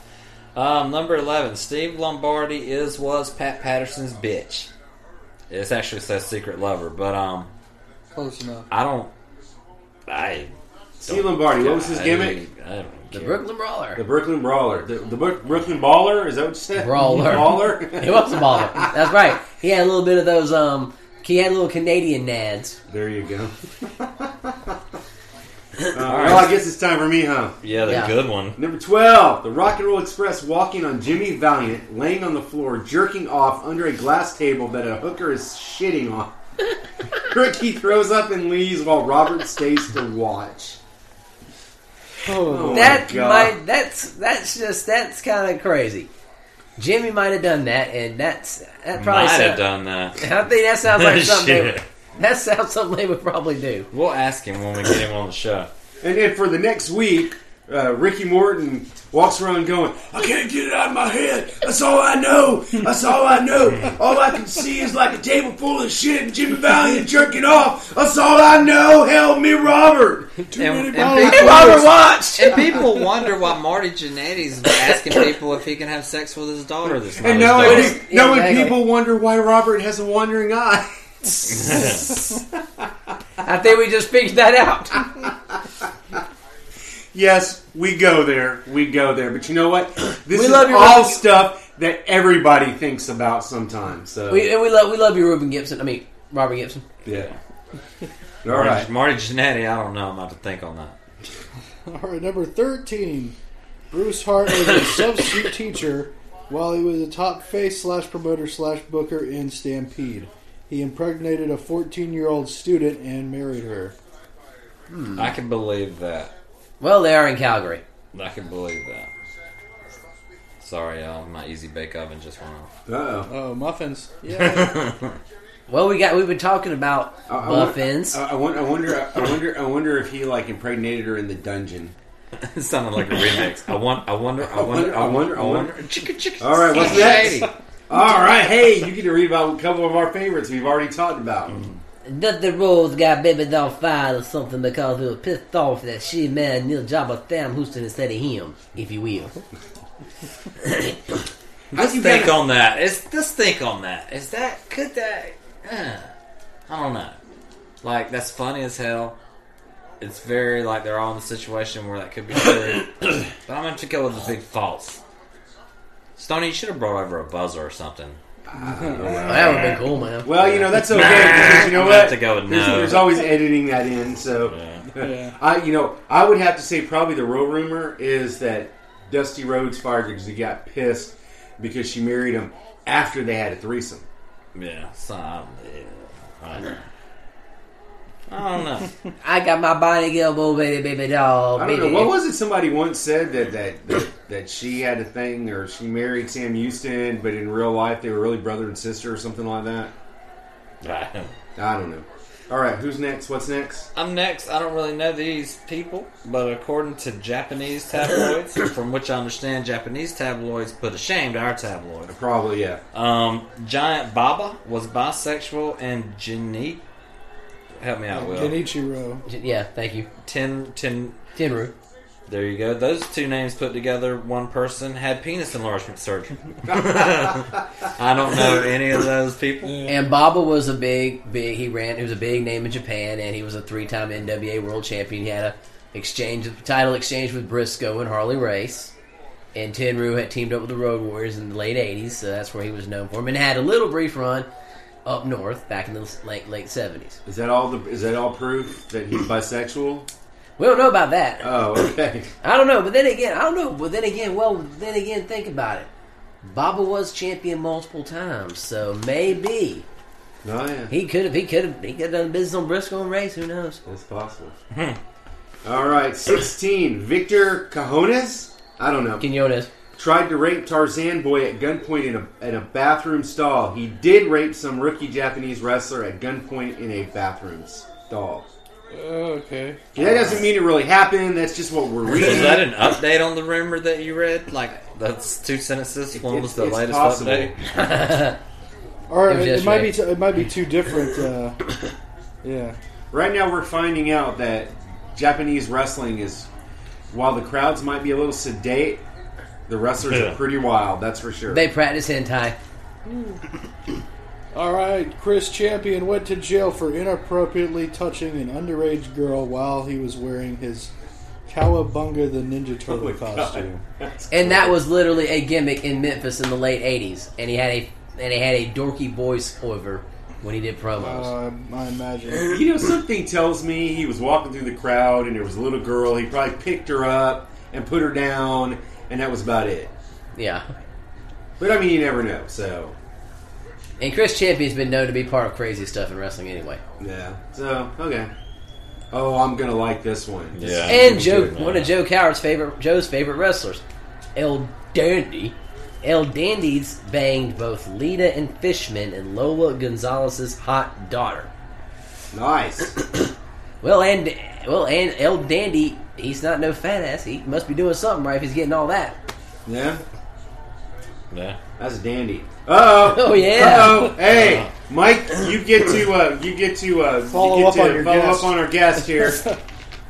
Speaker 8: Um, number eleven, Steve Lombardi is was Pat Patterson's bitch. It actually says secret lover, but um,
Speaker 6: Close enough.
Speaker 8: I don't. I
Speaker 7: Steve Lombardi, what was his gimmick?
Speaker 8: I don't
Speaker 2: The
Speaker 8: care.
Speaker 2: Brooklyn Brawler.
Speaker 7: The Brooklyn Brawler. The, the Brook- Brooklyn Baller? Is that what you said?
Speaker 2: Brawler.
Speaker 7: Baller?
Speaker 2: He was a baller. That's right. He had a little bit of those. Um, he had little Canadian nads.
Speaker 7: There you go. Uh, Well, I guess it's time for me, huh?
Speaker 8: yeah, the
Speaker 2: Yeah.
Speaker 8: good one.
Speaker 7: Number 12, the Rock and Roll Express walking on Jimmy Valiant, laying on the floor, jerking off under a glass table that a hooker is shitting on. Ricky throws up and leaves while Robert stays to watch.
Speaker 6: Oh,
Speaker 7: Oh
Speaker 2: that
Speaker 7: my God.
Speaker 2: might. That's that's just that's kind of crazy. Jimmy might have done that, and that's that probably.
Speaker 8: Might have
Speaker 2: sound-
Speaker 8: done that.
Speaker 2: I think that sounds like something. they
Speaker 8: Shit.
Speaker 2: would, that sounds something they would probably do.
Speaker 8: We'll ask him when we get him on the show.
Speaker 7: And then for the next week, uh, Ricky Morton walks around going, I can't get it out of my head. That's all I know. That's all I know. All I can see is like a table full of shit and Jimmy Valiant jerking off. That's all I know. Help me, Robert.
Speaker 6: many bottles.
Speaker 8: And, and,
Speaker 2: Hey,
Speaker 8: people,
Speaker 2: Robert watched.
Speaker 8: and people wonder why Marty Jannetty's asking people if he can have sex with his daughter this night.
Speaker 7: And knowing,
Speaker 2: his daughter.
Speaker 7: knowing
Speaker 2: Exactly.
Speaker 7: people wonder why Robert has a wandering eye.
Speaker 2: I think we just figured that out.
Speaker 7: Yes, we go there. We go there. But you know what? This is
Speaker 2: love you,
Speaker 7: all
Speaker 2: Ricky.
Speaker 7: stuff that everybody thinks about sometimes. So,
Speaker 2: We, and we love we love you, Ruben Gibson. I mean, Robert Gibson.
Speaker 7: yeah. All
Speaker 8: Marty,
Speaker 7: right.
Speaker 8: Marty Jannetty, I don't know. I'm about to think on that.
Speaker 6: All right, number 13. Bruce Hart was a substitute teacher while he was a top face slash promoter slash booker in Stampede. He impregnated a 14 year old student and married her.
Speaker 2: Hmm.
Speaker 8: I can believe that.
Speaker 2: Well, they are in Calgary.
Speaker 8: I can believe that. Sorry, y'all. My easy bake oven just went off.
Speaker 7: Uh-oh.
Speaker 6: Oh, muffins. Yeah.
Speaker 2: Well, we got we've been talking about
Speaker 7: Uh, I- I won-
Speaker 2: muffins.
Speaker 7: I, I won- I wonder. I wonder. I wonder if he like impregnated her in the dungeon.
Speaker 8: It sounded like a remix. I want. I wonder. I wonder. I wonder. I wonder. Chicka, chicka,
Speaker 7: All right, what's
Speaker 8: chicka,
Speaker 7: next?
Speaker 8: chicka.
Speaker 7: All right, hey, you get to read about a couple of our favorites we've already talked about.
Speaker 2: Dusty Rhodes got baby on fire or something because he was pissed off that she married Neil Jabba Sam Houston instead of him, if you will.
Speaker 7: How'd you
Speaker 8: Think
Speaker 7: get?
Speaker 8: on that. Is let's think on that. Is that could that? Uh, I don't know. Like that's funny as hell. It's very like they're all in a situation where that could be true. but I'm gonna have to go with the big false. Stoney, you should have brought over a buzzer or something.
Speaker 2: that would have been cool, man.
Speaker 7: Well, you know that's okay because you know
Speaker 8: I'm
Speaker 7: what?
Speaker 8: gonna have to go with
Speaker 7: there's,
Speaker 8: no.
Speaker 7: there's always editing that in. So,
Speaker 6: Yeah.
Speaker 7: I you know I would have to say probably the real rumor is that Dusty Rhodes fired her because he got pissed because she married him after they had a threesome.
Speaker 8: Yeah. So, I, yeah, I don't know. I don't know.
Speaker 2: I got my body elbow, baby, baby doll.
Speaker 7: I don't
Speaker 2: baby.
Speaker 7: know. What was it somebody once said that that, that that she had a thing or she married Sam Houston, but in real life they were really brother and sister or something like that?
Speaker 8: Right.
Speaker 7: I don't know. All right, who's next? What's next?
Speaker 8: I'm next. I don't really know these people, but according to Japanese tabloids, from which I understand, Japanese tabloids put ashamed our tabloids.
Speaker 7: Probably yeah.
Speaker 8: Um, Giant Baba was bisexual, and Janit, help me out, Will.
Speaker 6: Genichiro.
Speaker 2: Yeah, thank you.
Speaker 8: Ten, ten.
Speaker 2: Tenru.
Speaker 8: There you go. Those two names put together, one person had penis enlargement surgery. I don't know any of those people.
Speaker 2: And Baba was a big, big. He ran. He was a big name in Japan, and he was a three-time NWA World Champion. He had a exchange title exchange with Briscoe and Harley Race. And Tenru had teamed up with the Road Warriors in the late '80s, so that's where he was known for. And had a little brief run up north back in the late late '70s.
Speaker 7: Is that all the? Is that all proof that he's bisexual?
Speaker 2: We don't know about that.
Speaker 7: Oh, okay.
Speaker 2: I don't know, but then again, I don't know. But then again, well, then again, think about it. Baba was champion multiple times, so maybe
Speaker 7: Oh yeah,
Speaker 2: he could have. He could have. He could have done business on Briscoe and Race. Who knows?
Speaker 7: it's possible. all right, sixteen. Victor Cajones. I don't know.
Speaker 2: Quinones.
Speaker 7: tried to rape Tarzan Boy at gunpoint in a, at a bathroom stall. He did rape some rookie Japanese wrestler at gunpoint in a bathroom stall.
Speaker 6: Oh, okay.
Speaker 7: And that doesn't mean it really happened. That's just what we're reading.
Speaker 8: Is that an update on the rumor that you read? Like, that's two sentences. One was the
Speaker 7: It's- it's
Speaker 8: latest
Speaker 7: possible.
Speaker 8: update.
Speaker 6: Or
Speaker 2: It
Speaker 6: it,
Speaker 2: was
Speaker 6: it might be
Speaker 2: yesterday.
Speaker 6: t- it might be two different. Uh, yeah.
Speaker 7: Right now, we're finding out that Japanese wrestling is, while the crowds might be a little sedate, the wrestlers
Speaker 8: Yeah.
Speaker 7: are pretty wild. That's for sure.
Speaker 2: They practice hentai.
Speaker 6: All right, Chris Champion went to jail for inappropriately touching an underage girl while he was wearing his Cowabunga the Ninja Turtle costume.
Speaker 2: And that was literally a gimmick in Memphis in the late '80s, and he had a and he had a dorky voice over when he did promos.
Speaker 6: Uh, I imagine.
Speaker 7: You know, something tells me he was walking through the crowd and there was a little girl. He probably picked her up and put her down, and that was about it.
Speaker 2: yeah,
Speaker 7: But I mean, you never know. So
Speaker 2: and Chris Champion's been known to be part of crazy stuff in wrestling anyway.
Speaker 7: yeah. So okay. Oh, I'm gonna like this one. This-
Speaker 8: Yeah.
Speaker 2: And Joe,
Speaker 8: Good, man.
Speaker 2: one of Joe Coward's favorite, Joe's favorite wrestlers, El Dandy. El Dandy's banged both Lita and Fishman and Lola Gonzalez's hot daughter.
Speaker 7: Nice.
Speaker 2: Well, and well, and El Dandy, he's not no fat ass. He must be doing something right if he's getting all that.
Speaker 7: yeah.
Speaker 8: Yeah.
Speaker 7: That's a dandy. Oh.
Speaker 2: Oh, yeah.
Speaker 7: Oh. Hey, Mike, you get to uh, you get to uh,
Speaker 6: Follow
Speaker 7: you get
Speaker 6: up
Speaker 7: to
Speaker 6: on your
Speaker 7: follow
Speaker 6: guest.
Speaker 7: up on our guest here.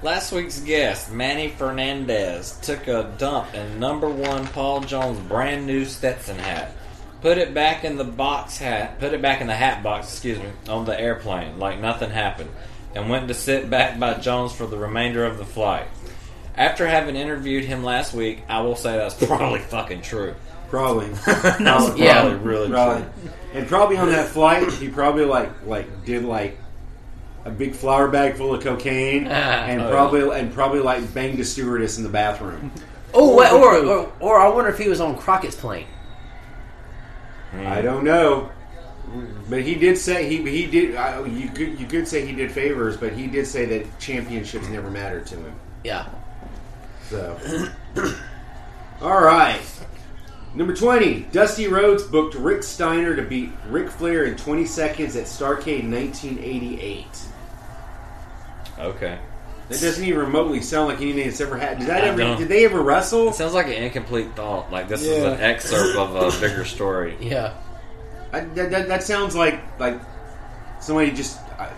Speaker 8: Last week's guest, Manny Fernandez, took a dump in number one Paul Jones' brand new Stetson hat. Put it back in the box hat, put it back in the hat box, excuse me, on the airplane, like nothing happened, and went to sit back by Jones for the remainder of the flight. After having interviewed him last week, I will say that's probably fucking true.
Speaker 7: probably.
Speaker 8: That's probably
Speaker 2: Yeah.
Speaker 8: really
Speaker 7: Probably.
Speaker 8: true.
Speaker 7: And probably on that flight, he probably like like did like a big flour bag full of cocaine, and probably and probably like banged a stewardess in the bathroom.
Speaker 2: Oh, wait, or, or or I wonder if he was on Crockett's plane.
Speaker 8: Mm.
Speaker 7: I don't know, but he did say he he did. I, you could you could say he did favors, but he did say that championships never mattered to him.
Speaker 2: Yeah.
Speaker 7: So, all right. Number 20, Dusty Rhodes booked Rick Steiner to beat Ric Flair in 20 seconds at Starcade 1988.
Speaker 8: Okay.
Speaker 7: That doesn't even remotely sound like anything that's ever happened. Did, that
Speaker 8: I
Speaker 7: ever,
Speaker 8: don't.
Speaker 7: did they ever wrestle?
Speaker 8: It sounds like an incomplete thought. Like this is
Speaker 6: Yeah.
Speaker 8: an excerpt of a bigger story.
Speaker 2: Yeah.
Speaker 7: I, that, that, that sounds like like somebody just. I,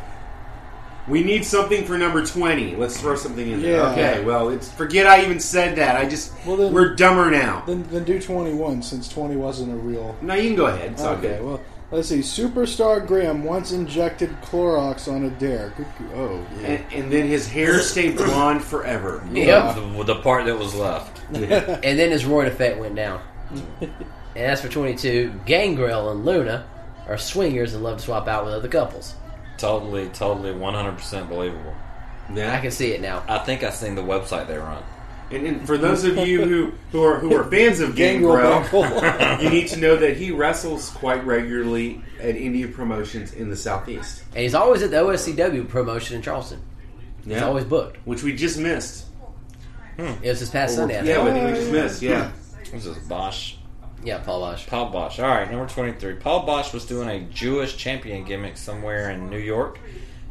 Speaker 7: we need something for number 20. Let's throw something in there.
Speaker 6: Yeah.
Speaker 7: Okay, well, it's forget I even said that. I just.
Speaker 6: Well, then-
Speaker 7: we're dumber now.
Speaker 6: Then, then do 21 since 20 wasn't a real.
Speaker 7: no, you can go ahead. It's okay.
Speaker 6: Okay, well, let's see. Superstar Graham once injected Clorox on a dare. Good- Oh, yeah.
Speaker 7: and, and then his hair stayed blonde forever.
Speaker 2: Yep.
Speaker 8: The, the part that was left.
Speaker 2: And then his roid effect went down. and as for 22, Gangrel and Luna are swingers and love to swap out with other couples.
Speaker 8: Totally, totally, 100% believable.
Speaker 2: I
Speaker 7: Yeah.
Speaker 2: can see it now.
Speaker 8: I think I've seen the website they run.
Speaker 7: And, and for those of you who, who are who are fans of
Speaker 6: Gangrel.
Speaker 7: Gangrel, you need to know that he wrestles quite regularly at indie promotions in the southeast.
Speaker 2: And he's always at the OSCW promotion in Charleston. He's
Speaker 7: Yeah.
Speaker 2: always booked.
Speaker 7: Which we just missed.
Speaker 2: It was this past Sunday, I
Speaker 7: Oh, yeah,
Speaker 2: think.
Speaker 7: we, we just missed. Yeah.
Speaker 8: This is Bosch.
Speaker 2: Yeah, Paul Bosch.
Speaker 8: Paul Bosch. All right, number 23. Paul Bosch was doing a Jewish champion gimmick somewhere in New York.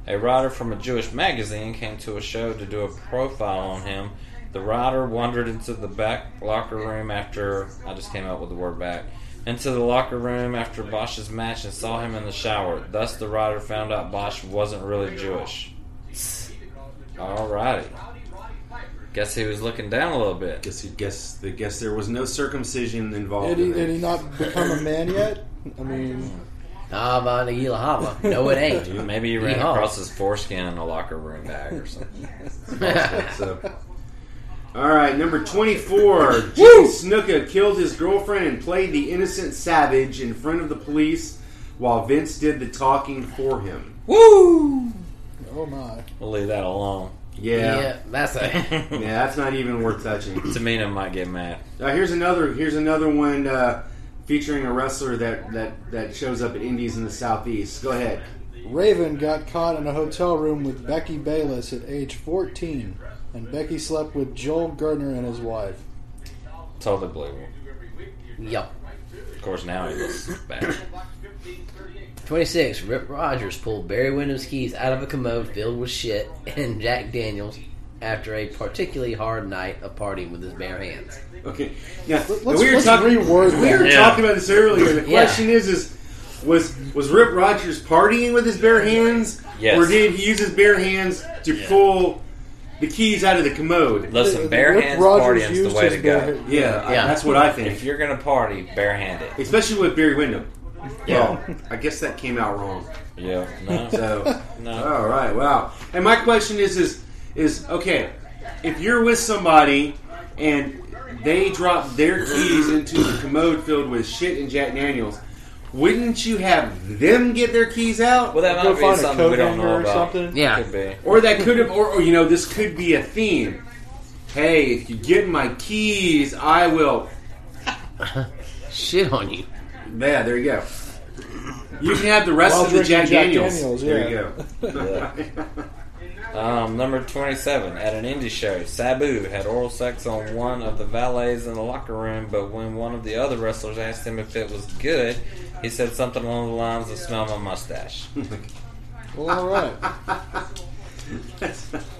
Speaker 8: A writer from a Jewish magazine came to a show to do a profile on him. The writer wandered into the back locker room after. I just came up with the word back. Into the locker room after Bosch's match and saw him in the shower. Thus, the writer found out Bosch wasn't really Jewish. Alrighty. Guess he was looking down a little bit.
Speaker 7: Guess guess the guess there was no circumcision involved.
Speaker 6: Had he,
Speaker 7: in
Speaker 6: had he
Speaker 7: that.
Speaker 6: not become a man yet? I mean,
Speaker 2: Hava Nagila Hava. No, it ain't.
Speaker 8: Maybe he ran
Speaker 2: Yeehaw.
Speaker 8: across his foreskin in a locker room bag or something.
Speaker 7: So. All right, number twenty-four. Jim Snuka killed his girlfriend and played the innocent savage in front of the police, while Vince did the talking for him.
Speaker 6: oh my.
Speaker 8: We'll leave that alone.
Speaker 2: yeah.
Speaker 7: yeah.
Speaker 2: that's a.
Speaker 7: Yeah, that's not even worth touching.
Speaker 8: Tamina might get mad.
Speaker 7: Uh, here's another. Here's another one uh, featuring a wrestler that, that that shows up at Indies in the Southeast. Go ahead.
Speaker 6: Raven got caught in a hotel room with Becky Bayless at age 14, and Becky slept with Joel Gardner and his wife.
Speaker 8: Totally believable.
Speaker 2: Yup.
Speaker 8: Of course, now he looks bad.
Speaker 2: 26. Rip Rogers pulled Barry Windham's keys out of a commode filled with shit and Jack Daniels after a particularly hard night of partying with his bare hands.
Speaker 7: Okay. Yeah.
Speaker 6: Let's,
Speaker 7: we were
Speaker 6: let's
Speaker 7: talking.
Speaker 6: reword
Speaker 7: We
Speaker 6: that.
Speaker 7: were
Speaker 8: Yeah.
Speaker 7: talking about this earlier. The
Speaker 2: Yeah.
Speaker 7: question is: Is was was Rip Rogers partying with his bare hands,
Speaker 8: Yes.
Speaker 7: or did he use his bare hands to pull the keys out of the commode?
Speaker 8: Listen, bare
Speaker 6: Rip
Speaker 8: hands
Speaker 6: Rogers
Speaker 8: partying's the
Speaker 6: used
Speaker 8: way
Speaker 6: his
Speaker 8: to
Speaker 6: bare
Speaker 8: go.
Speaker 6: hand-
Speaker 7: Yeah, I-
Speaker 2: Yeah.
Speaker 7: that's what I
Speaker 8: If
Speaker 7: think.
Speaker 8: you're gonna party, barehanded.
Speaker 7: Especially with Barry Windham. Well, I guess that came out wrong.
Speaker 8: Yeah. No.
Speaker 7: So, uh,
Speaker 8: No.
Speaker 7: all right, wow. And my question is, is, is okay, if you're with somebody and they drop their keys into the commode filled with shit and Jack Daniels, wouldn't you have them get their keys out?
Speaker 8: Well, that
Speaker 6: Go
Speaker 8: might be
Speaker 6: find a
Speaker 8: something we
Speaker 6: coat
Speaker 8: don't
Speaker 6: hanger
Speaker 8: know
Speaker 6: or
Speaker 8: about.
Speaker 6: something.
Speaker 2: Yeah.
Speaker 8: Could be.
Speaker 7: Or that could have, or, or you know, this could be a theme. Hey, if you get my keys, I will.
Speaker 2: Shit on you.
Speaker 7: Yeah, there you go. You can have the rest
Speaker 6: While
Speaker 7: of the Jack,
Speaker 6: drinking Jack
Speaker 7: Daniels.
Speaker 6: Daniels,
Speaker 7: There
Speaker 6: yeah.
Speaker 7: you go.
Speaker 8: Um, number 27. At an indie show, Sabu had oral sex on one of the valets in the locker room, but when one of the other wrestlers asked him if it was good, he said something along the lines of smell my mustache.
Speaker 6: All right.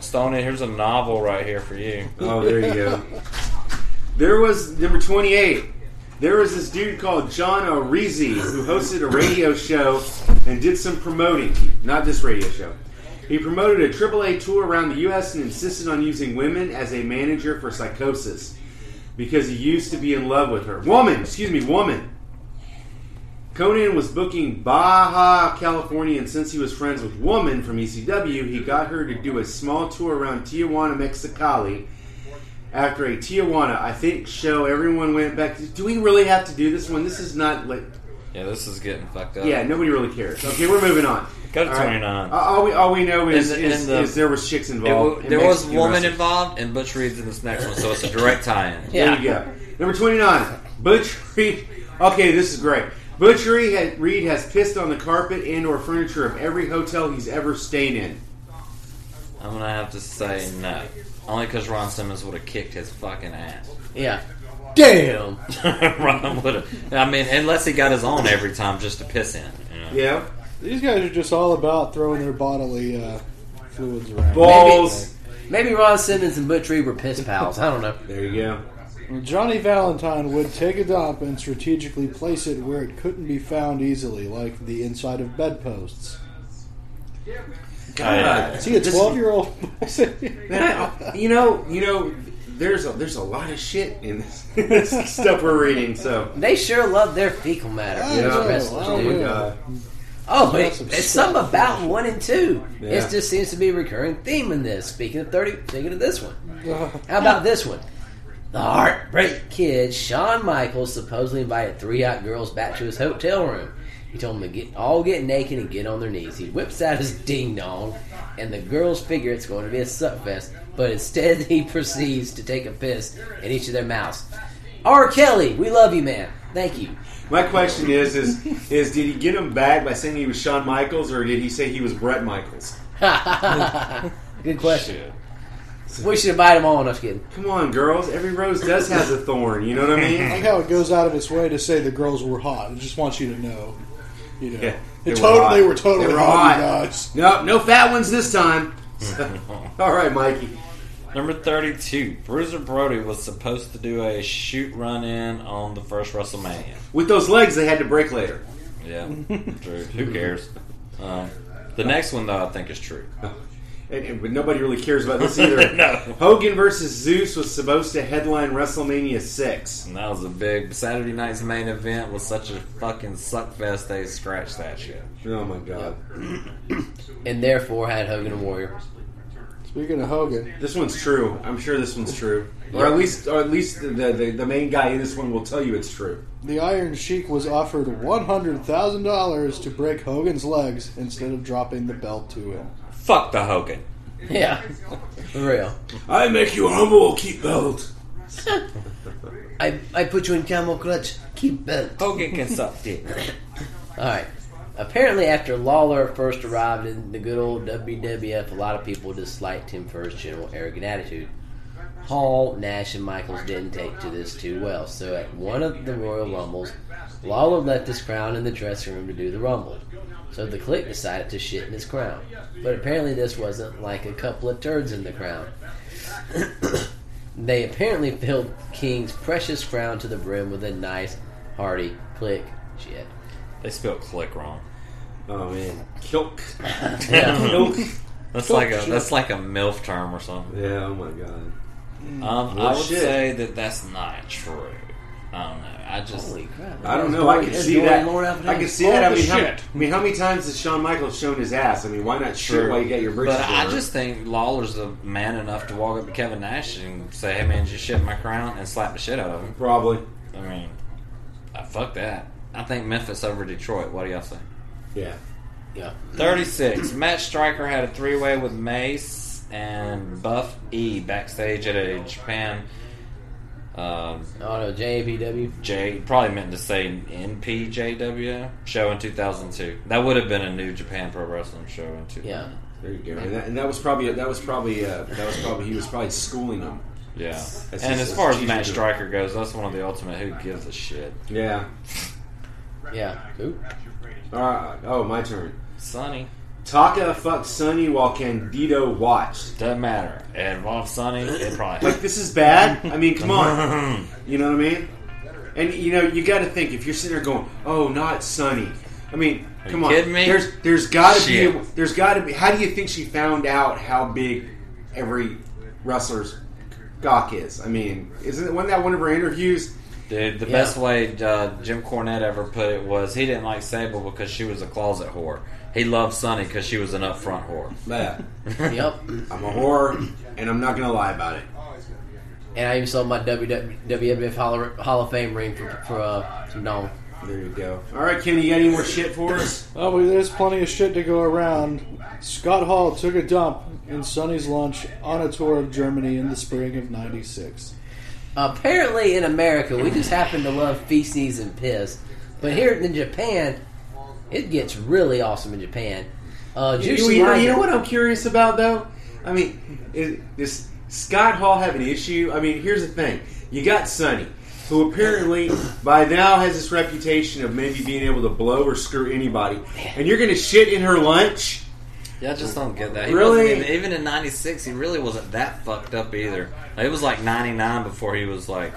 Speaker 8: Stoney, here's a novel right here for you.
Speaker 7: Oh, there you go. There was number twenty-eight. There was this dude called John O'Reezy who hosted a radio show and did some promoting. Not this radio show. He promoted a AAA tour around the U.S. and insisted on using women as a manager for psychosis because he used to be in love with her. Woman, excuse me, woman. Conan was booking Baja California, and since he was friends with Woman from ECW, he got her to do a small tour around Tijuana, Mexicali. After a Tijuana, I think, show, everyone went back to. Do we really have to do this one? This is not like.
Speaker 8: Yeah, this is getting fucked up.
Speaker 7: Yeah, nobody really cares. Okay, we're moving on.
Speaker 8: Go to
Speaker 7: All right.
Speaker 8: 29.
Speaker 7: All- All we, all we know is,
Speaker 8: And-
Speaker 7: is,
Speaker 8: and the-
Speaker 7: is there was chicks
Speaker 8: It w-
Speaker 7: involved. in
Speaker 8: there was
Speaker 7: Mexican
Speaker 8: woman
Speaker 7: wrestling.
Speaker 8: involved, and Butch Reed's in this next one, so it's a direct tie-in.
Speaker 7: There you go. Number 29, Butch Reed. Okay, this is great. Butch Reed, had, Reed has pissed on the carpet and or furniture of every hotel he's ever stayed in.
Speaker 8: I'm gonna have to say no, only because Ron Simmons would have kicked his fucking ass.
Speaker 2: Yeah. Damn.
Speaker 8: Ron would have. I mean, unless he got his own every time just to piss in. You know?
Speaker 7: Yeah?
Speaker 6: These guys are just all about throwing their bodily uh, fluids around.
Speaker 7: Balls.
Speaker 2: Maybe Ron Simmons and Butch Reed were piss pals. I don't know.
Speaker 7: There you go.
Speaker 6: Johnny Valentine would take a dump and strategically place it where it couldn't be found easily, like the inside of bedposts.
Speaker 8: Oh, yeah.
Speaker 6: See, a
Speaker 7: This-
Speaker 6: twelve-year-old.
Speaker 7: Man, I- you know, you know, there's a, there's a lot of shit in this, this stuff we're reading, so. Uh,
Speaker 2: They sure love their fecal matter.
Speaker 6: Yeah.
Speaker 2: those
Speaker 6: Oh,
Speaker 2: wrestlers,
Speaker 6: oh,
Speaker 2: dude.
Speaker 6: yeah.
Speaker 2: Oh, but
Speaker 6: That's some
Speaker 2: it's something about one and two.
Speaker 7: Yeah.
Speaker 2: It just seems to be a recurring theme in this. Speaking of thirty, speaking of this one, how about this one? The Heartbreak Kid, Shawn Michaels, supposedly invited three hot girls back to his hotel room. He told them to get all get naked and get on their knees. He whips out his ding dong, and the girls figure it's going to be a suck fest, but instead he proceeds to take a piss in each of their mouths. R. Kelly, we love you, man. Thank you.
Speaker 7: My question is, is, is did he get him back by saying he was Shawn Michaels, or did he say he was Brett Michaels?
Speaker 2: Good question. We should invite him on. I'm just kidding.
Speaker 7: Come on, girls. Every rose does has a thorn, you know what I mean?
Speaker 6: I like how it goes out of its way to say the girls were hot. I just want you to know, you know,
Speaker 7: Yeah,
Speaker 6: they,
Speaker 7: they were
Speaker 6: totally
Speaker 7: hot.
Speaker 6: they were totally
Speaker 7: They were
Speaker 6: hot, you
Speaker 7: hot.
Speaker 6: guys.
Speaker 7: No, no fat ones this time. All right, Mikey.
Speaker 8: Number 32, Bruiser Brody was supposed to do a shoot run in on the first WrestleMania.
Speaker 7: With those legs, they had to break later.
Speaker 8: Yeah, true. Who cares? Um, the next one, though, I think is true.
Speaker 7: And, and- but nobody really cares about this either.
Speaker 8: No.
Speaker 7: Hogan versus Zeus was supposed to headline WrestleMania six.
Speaker 8: And that was a big Saturday night's main event was such a fucking suckfest. They scratched that shit.
Speaker 7: Oh my god,
Speaker 2: And therefore had Hogan and Warrior.
Speaker 6: Speaking of Hogan,
Speaker 7: this one's true. I'm sure this one's true, or at least, or at least the, the the main guy in this one will tell you it's true.
Speaker 6: the Iron Sheik was offered one hundred thousand dollars to break Hogan's legs instead of dropping the belt to him.
Speaker 8: Fuck the Hogan.
Speaker 2: Yeah. For real.
Speaker 7: I make you humble, keep belt.
Speaker 2: I, I put you in camel clutch. Keep belt.
Speaker 8: Hogan can suck dick.
Speaker 2: Alright. Apparently, after Lawler first arrived in the good old WWF, a lot of people disliked him for his general arrogant attitude. Hall, Nash, and Michaels didn't take to this too well, so at one of the Royal Rumbles, Lawler left his crown in the dressing room to do the Rumble. So the clique decided to shit in his crown. But apparently, this wasn't like a couple of turds in the crown. They apparently filled King's precious crown to the brim with a nice, hearty click shit.
Speaker 8: They spelled click wrong.
Speaker 7: Oh man, kilk.
Speaker 2: Yeah.
Speaker 8: That's like a that's like a milf term or something.
Speaker 7: Yeah. Oh my god.
Speaker 8: Um, I
Speaker 7: Well,
Speaker 8: would
Speaker 7: shit.
Speaker 8: say that that's not true. I don't know. I just
Speaker 2: Holy crap!
Speaker 7: I don't know. I can see that. I can see that. I mean, how, I mean, how many times has Shawn Michaels shown his ass? I mean, why not shoot
Speaker 8: True.
Speaker 7: while you got your britches
Speaker 8: But I
Speaker 7: on?
Speaker 8: just think Lawler's the man enough to walk up to Kevin Nash and say, "Hey man, just shit my crown and slap the shit out of him."
Speaker 7: probably.
Speaker 8: I mean, I fuck that. I think Memphis over Detroit. What do y'all think?
Speaker 7: Yeah.
Speaker 2: Yeah.
Speaker 8: Thirty-six. Matt Stryker had a three-way with Mace and Buff E backstage at a Japan. Um,
Speaker 2: Oh no, JAPW.
Speaker 8: J probably meant to say NPJW show in 2002. That would have been a New Japan Pro Wrestling show in 2002.
Speaker 2: Yeah.
Speaker 7: There you go. And that, and that was probably that was probably uh, that was probably he was probably schooling them.
Speaker 8: Yeah.
Speaker 7: That's
Speaker 8: and
Speaker 7: just-
Speaker 8: as far as
Speaker 7: that's
Speaker 8: Matt
Speaker 7: cheesy.
Speaker 8: Stryker goes, that's one of the ultimate who gives a shit.
Speaker 7: Yeah.
Speaker 2: Yeah. Ooh.
Speaker 7: All right. Oh, my turn.
Speaker 8: Sonny.
Speaker 7: Taka fucked Sonny while Candido watched.
Speaker 8: Doesn't matter. It involves Sonny, it probably
Speaker 7: Like this is bad. I mean, come on. You know what I mean? And you know you got to think if you're sitting there going, "Oh, not Sonny." I mean,
Speaker 8: Are
Speaker 7: come
Speaker 8: you
Speaker 7: on.
Speaker 8: kidding me?
Speaker 7: There's there's got to be a-
Speaker 8: Shit.
Speaker 7: there's got to be. How do you think she found out how big every wrestler's cock is? I mean, isn't it wasn't that one of her interviews?
Speaker 8: Dude, the
Speaker 2: Yeah.
Speaker 8: best way uh, Jim Cornette ever put it was he didn't like Sable because she was a closet whore. He loved Sonny because she was an upfront whore.
Speaker 7: Yeah.
Speaker 2: Yep.
Speaker 7: I'm a whore, and I'm not gonna lie about it.
Speaker 2: And I even sold my WWF Hall, Hall of Fame ring for, for uh, some dough.
Speaker 7: There you go. All right, Kenny, you got any more shit for us?
Speaker 6: Oh, but there's plenty of shit to go around. Scott Hall took a dump in Sonny's lunch on a tour of Germany in the spring of '96.
Speaker 2: Apparently, in America, we just happen to love feces and piss. But here in Japan, it gets really awesome in Japan. Uh,
Speaker 7: You,
Speaker 2: Juicy
Speaker 7: you know,
Speaker 2: Liger-
Speaker 7: you know what I'm curious about though? I mean, is, does Scott Hall have an issue? I mean, here's the thing: you got Sonny, who apparently by now has this reputation of maybe being able to blow or screw anybody, and you're gonna shit in her lunch.
Speaker 8: Yeah, I just don't get that. He
Speaker 7: Really?
Speaker 8: wasn't even, even in '96, he really wasn't that fucked up either. It was like '99 before he was like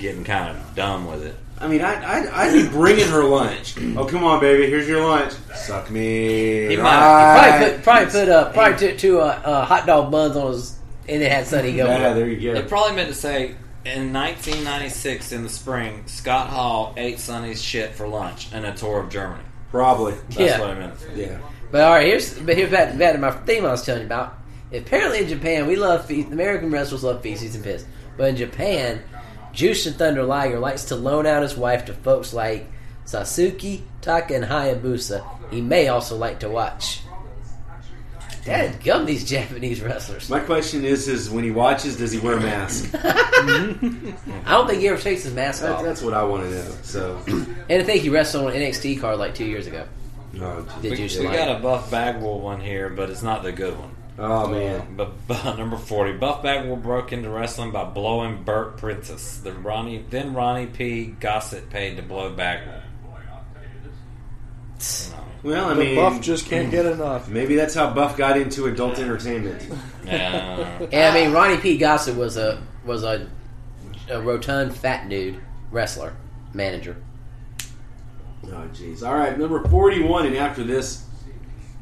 Speaker 8: getting kind of dumb with it.
Speaker 7: I mean, I, I, I'd be bringing her lunch. Oh, come on, baby, here's your lunch. Suck me.
Speaker 8: He might- he
Speaker 7: right.
Speaker 2: Probably put, probably put uh, probably took two uh, uh, hot dog buns on his, and it had Sunny going.
Speaker 7: Yeah, there you
Speaker 8: They
Speaker 7: go.
Speaker 8: probably meant to say in 1996 in the spring, Scott Hall ate Sonny's shit for lunch in a tour of Germany.
Speaker 7: Probably.
Speaker 8: That's
Speaker 2: Yeah.
Speaker 8: what I meant.
Speaker 7: Yeah.
Speaker 2: But all right, here's but here's back, back to my theme I was telling you about. Apparently in Japan, we love fe- American wrestlers love feces and piss, but in Japan, Jushin Thunder Liger likes to loan out his wife to folks like Sasuke, Taka, and Hayabusa. He may also like to watch. Dad, gum these Japanese wrestlers.
Speaker 7: My question is: Is when he watches, does he wear a mask?
Speaker 2: I don't think he ever takes his mask
Speaker 7: That,
Speaker 2: off,
Speaker 7: that's what I want to know. So,
Speaker 2: and I think he wrestled on an NXT card like two years ago.
Speaker 7: oh,
Speaker 2: Did
Speaker 8: We,
Speaker 2: you
Speaker 8: we
Speaker 2: like-
Speaker 8: got a Buff Bagwell one here, but it's not the good one.
Speaker 7: oh man,
Speaker 8: But, but number forty, Buff Bagwell broke into wrestling by blowing Burt Princess. The Ronnie then Ronnie P. Gossett paid to blow Bagwell.
Speaker 7: Well, I
Speaker 6: The
Speaker 7: mean, hmm.
Speaker 6: buff just can't get enough.
Speaker 7: maybe that's how Buff got into adult entertainment.
Speaker 8: Yeah,
Speaker 2: And I mean, Ronnie P. Gossett was a was a, a rotund fat dude wrestler manager.
Speaker 7: Oh, jeez. All right, number forty-one, and after this,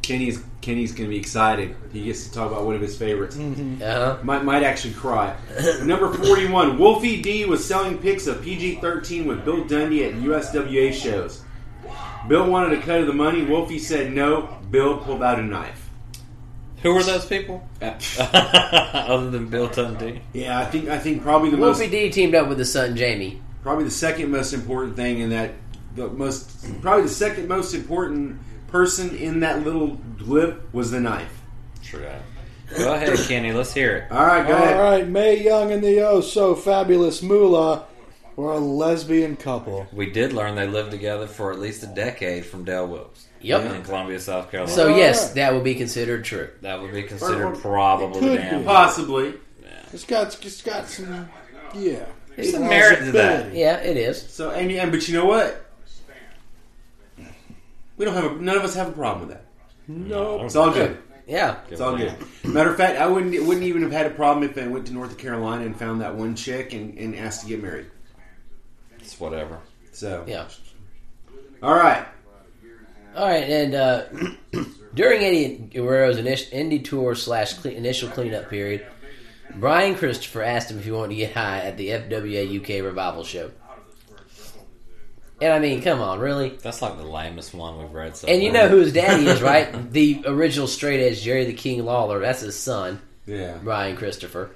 Speaker 7: Kenny's Kenny's gonna be excited. He gets to talk about one of his favorites.
Speaker 2: Uh huh.
Speaker 7: Might might actually cry. number forty-one, Wolfie D was selling pics of PG-13 with Bill Dundee at USWA shows. Bill wanted a cut of the money. Wolfie said no. Bill pulled out a knife.
Speaker 8: who were those people other than Bill Dundee?
Speaker 7: Yeah, I think I think probably the most
Speaker 2: Wolfie D teamed up with his son Jamie.
Speaker 7: probably the second most important thing in that the most probably the second most important person in that little blip was the knife.
Speaker 8: Sure. Go ahead, Kenny. Let's hear it.
Speaker 7: All right, go ahead.
Speaker 6: All right, May Young and the oh so fabulous Moolah were a lesbian couple.
Speaker 8: We did learn they lived together for at least a decade from Dale Wilkes.
Speaker 2: Yep.
Speaker 8: In Columbia, South Carolina.
Speaker 2: So
Speaker 6: Alright.
Speaker 2: yes, that would be considered true.
Speaker 8: that would be considered
Speaker 7: It
Speaker 8: probably
Speaker 6: could
Speaker 8: damn.
Speaker 6: be.
Speaker 7: Possibly.
Speaker 6: It's got it's got some yeah.
Speaker 8: There's some merit to that.
Speaker 6: Possibility.
Speaker 2: Yeah, it is.
Speaker 7: So and, and but you know what? We don't have a, none of us have a problem with that.
Speaker 6: No,
Speaker 7: It's all good.
Speaker 2: Yeah.
Speaker 7: It's all good. Matter of fact, I wouldn't it wouldn't even have had a problem if I went to North Carolina and found that one chick and, and asked to get married.
Speaker 8: It's whatever.
Speaker 7: So
Speaker 2: Yeah.
Speaker 7: All right.
Speaker 2: All right, and uh, during Eddie Guerrero's init- indie tour slash cle- initial cleanup period, Brian Christopher asked him if he wanted to get high at the FWA UK revival show. And I mean, come on, really?
Speaker 8: That's like the lamest one we've read. So
Speaker 2: And you
Speaker 8: far.
Speaker 2: know who his daddy is, right? the original straight edge Jerry the King Lawler. That's his son,
Speaker 7: Yeah.
Speaker 2: Brian Christopher.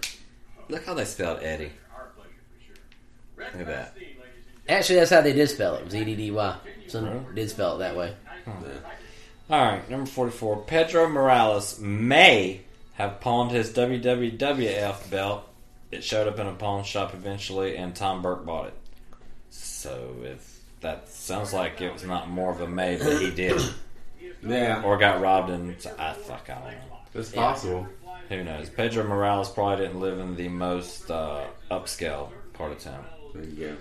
Speaker 8: Look how they spelled Eddie. Look at that.
Speaker 2: Actually, that's how they did spell it. It was E D D Y. Some did spell it that way.
Speaker 8: All right, number 44. Pedro Morales may have pawned his WWF belt. It showed up in a pawn shop eventually, and Tom Burke bought it. So if that sounds like it was not more of a may, but he did,
Speaker 7: Yeah.
Speaker 8: or got robbed, and so I fuck, I don't know.
Speaker 7: That's possible.
Speaker 8: Who knows? Pedro Morales probably didn't live in the most uh, upscale part of town.
Speaker 7: There you go.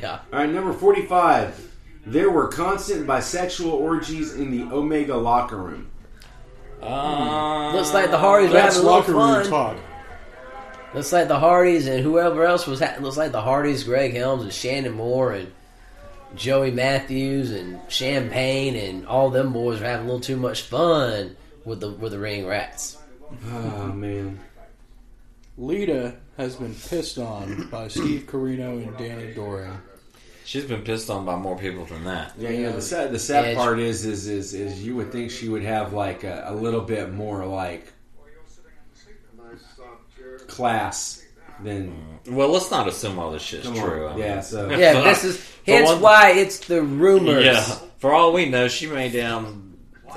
Speaker 2: Yeah.
Speaker 7: All right, number 45. There were constant bisexual orgies in the Omega locker room. Hmm.
Speaker 8: Uh,
Speaker 2: Looks like the Hardys were
Speaker 6: That's
Speaker 2: having a lot
Speaker 6: locker
Speaker 2: of
Speaker 6: room
Speaker 2: fun.
Speaker 6: talk.
Speaker 2: Looks like the Hardys and whoever else was. Ha- looks like the Hardys, Greg Helms and Shannon Moore and Joey Matthews and Champagne and all them boys were having a little too much fun with the with the ring rats.
Speaker 7: Oh, man.
Speaker 6: Lita has been pissed on by Steve Carino and Danny Doring.
Speaker 8: she's been pissed on by more people than that.
Speaker 7: Yeah, you know the sad the sad
Speaker 2: Edge.
Speaker 7: part is is is is you would think she would have like a, a little bit more like class than
Speaker 8: Well, let's not assume all this shit's
Speaker 7: Come on.
Speaker 8: true. I
Speaker 7: Yeah,
Speaker 8: mean-
Speaker 7: so-
Speaker 2: Yeah, this is
Speaker 8: For
Speaker 2: hence
Speaker 8: one-
Speaker 2: why it's the rumors.
Speaker 8: Yeah, for all we know, she may damn uh,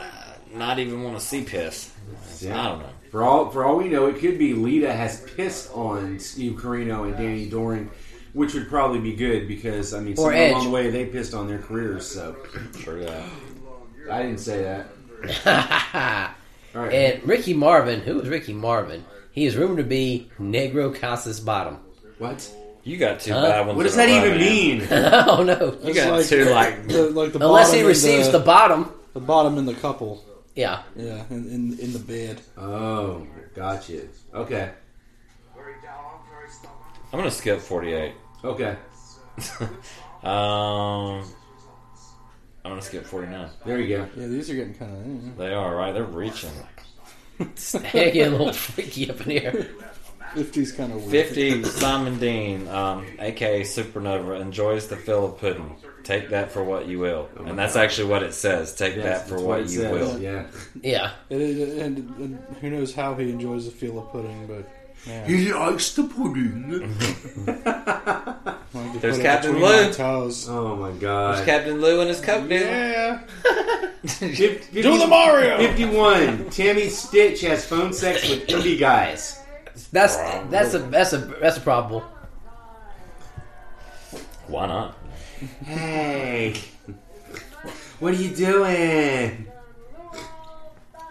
Speaker 8: not even want to see piss. I don't know.
Speaker 7: for all for all we know it could be Lita has pissed on Steve Carino and Danny Doring, which would probably be good because I mean
Speaker 2: Or
Speaker 7: somewhere along
Speaker 2: Edge.
Speaker 7: the way they pissed on their careers. So
Speaker 8: True that.
Speaker 7: I didn't say that. All right,
Speaker 2: and Ricky Marvin, who is Ricky Marvin? He is rumored to be Negro Casas Bottom.
Speaker 7: what
Speaker 8: You got two
Speaker 2: Huh?
Speaker 8: bad ones.
Speaker 7: what does
Speaker 8: in a
Speaker 7: that
Speaker 8: row,
Speaker 7: even
Speaker 8: man.
Speaker 7: mean?
Speaker 2: oh no!
Speaker 8: You got two like
Speaker 6: the, like the
Speaker 2: Unless
Speaker 6: bottom
Speaker 2: he
Speaker 6: and
Speaker 2: receives the,
Speaker 6: the,
Speaker 2: bottom.
Speaker 6: the bottom in the couple.
Speaker 2: Yeah.
Speaker 6: Yeah, in, in in the bed.
Speaker 7: Oh, gotcha. Okay,
Speaker 8: I'm gonna skip 48.
Speaker 7: okay.
Speaker 8: Um, I'm gonna skip 49.
Speaker 7: There you go.
Speaker 6: Yeah, these are getting kind of.
Speaker 8: They are right. They're reaching.
Speaker 2: Hey, get a little freaky up in here.
Speaker 6: Fifties kind of weird.
Speaker 8: 50. Simon Dean, um, aka Supernova, enjoys the feel of pudding. Take that for what you will, and that's actually what it says. Take that
Speaker 7: Yes,
Speaker 8: for
Speaker 7: that's
Speaker 8: what
Speaker 7: it
Speaker 8: you
Speaker 7: says,
Speaker 8: will.
Speaker 7: Yeah.
Speaker 2: Yeah.
Speaker 6: It is, and, and who knows how he enjoys the feel of pudding, but man,
Speaker 7: He likes the pudding.
Speaker 6: I like to
Speaker 8: There's
Speaker 6: put it
Speaker 8: Captain
Speaker 6: between my
Speaker 8: Lou.
Speaker 6: toes.
Speaker 7: Oh my god.
Speaker 8: Captain Lou and his cup
Speaker 6: Yeah,
Speaker 7: Fif- fifty-
Speaker 6: do the Mario.
Speaker 7: 51. Tammy Stitch has phone sex with indie guys.
Speaker 2: That's that's a that's a that's a probable.
Speaker 8: Why not?
Speaker 7: Hey. What are you doing?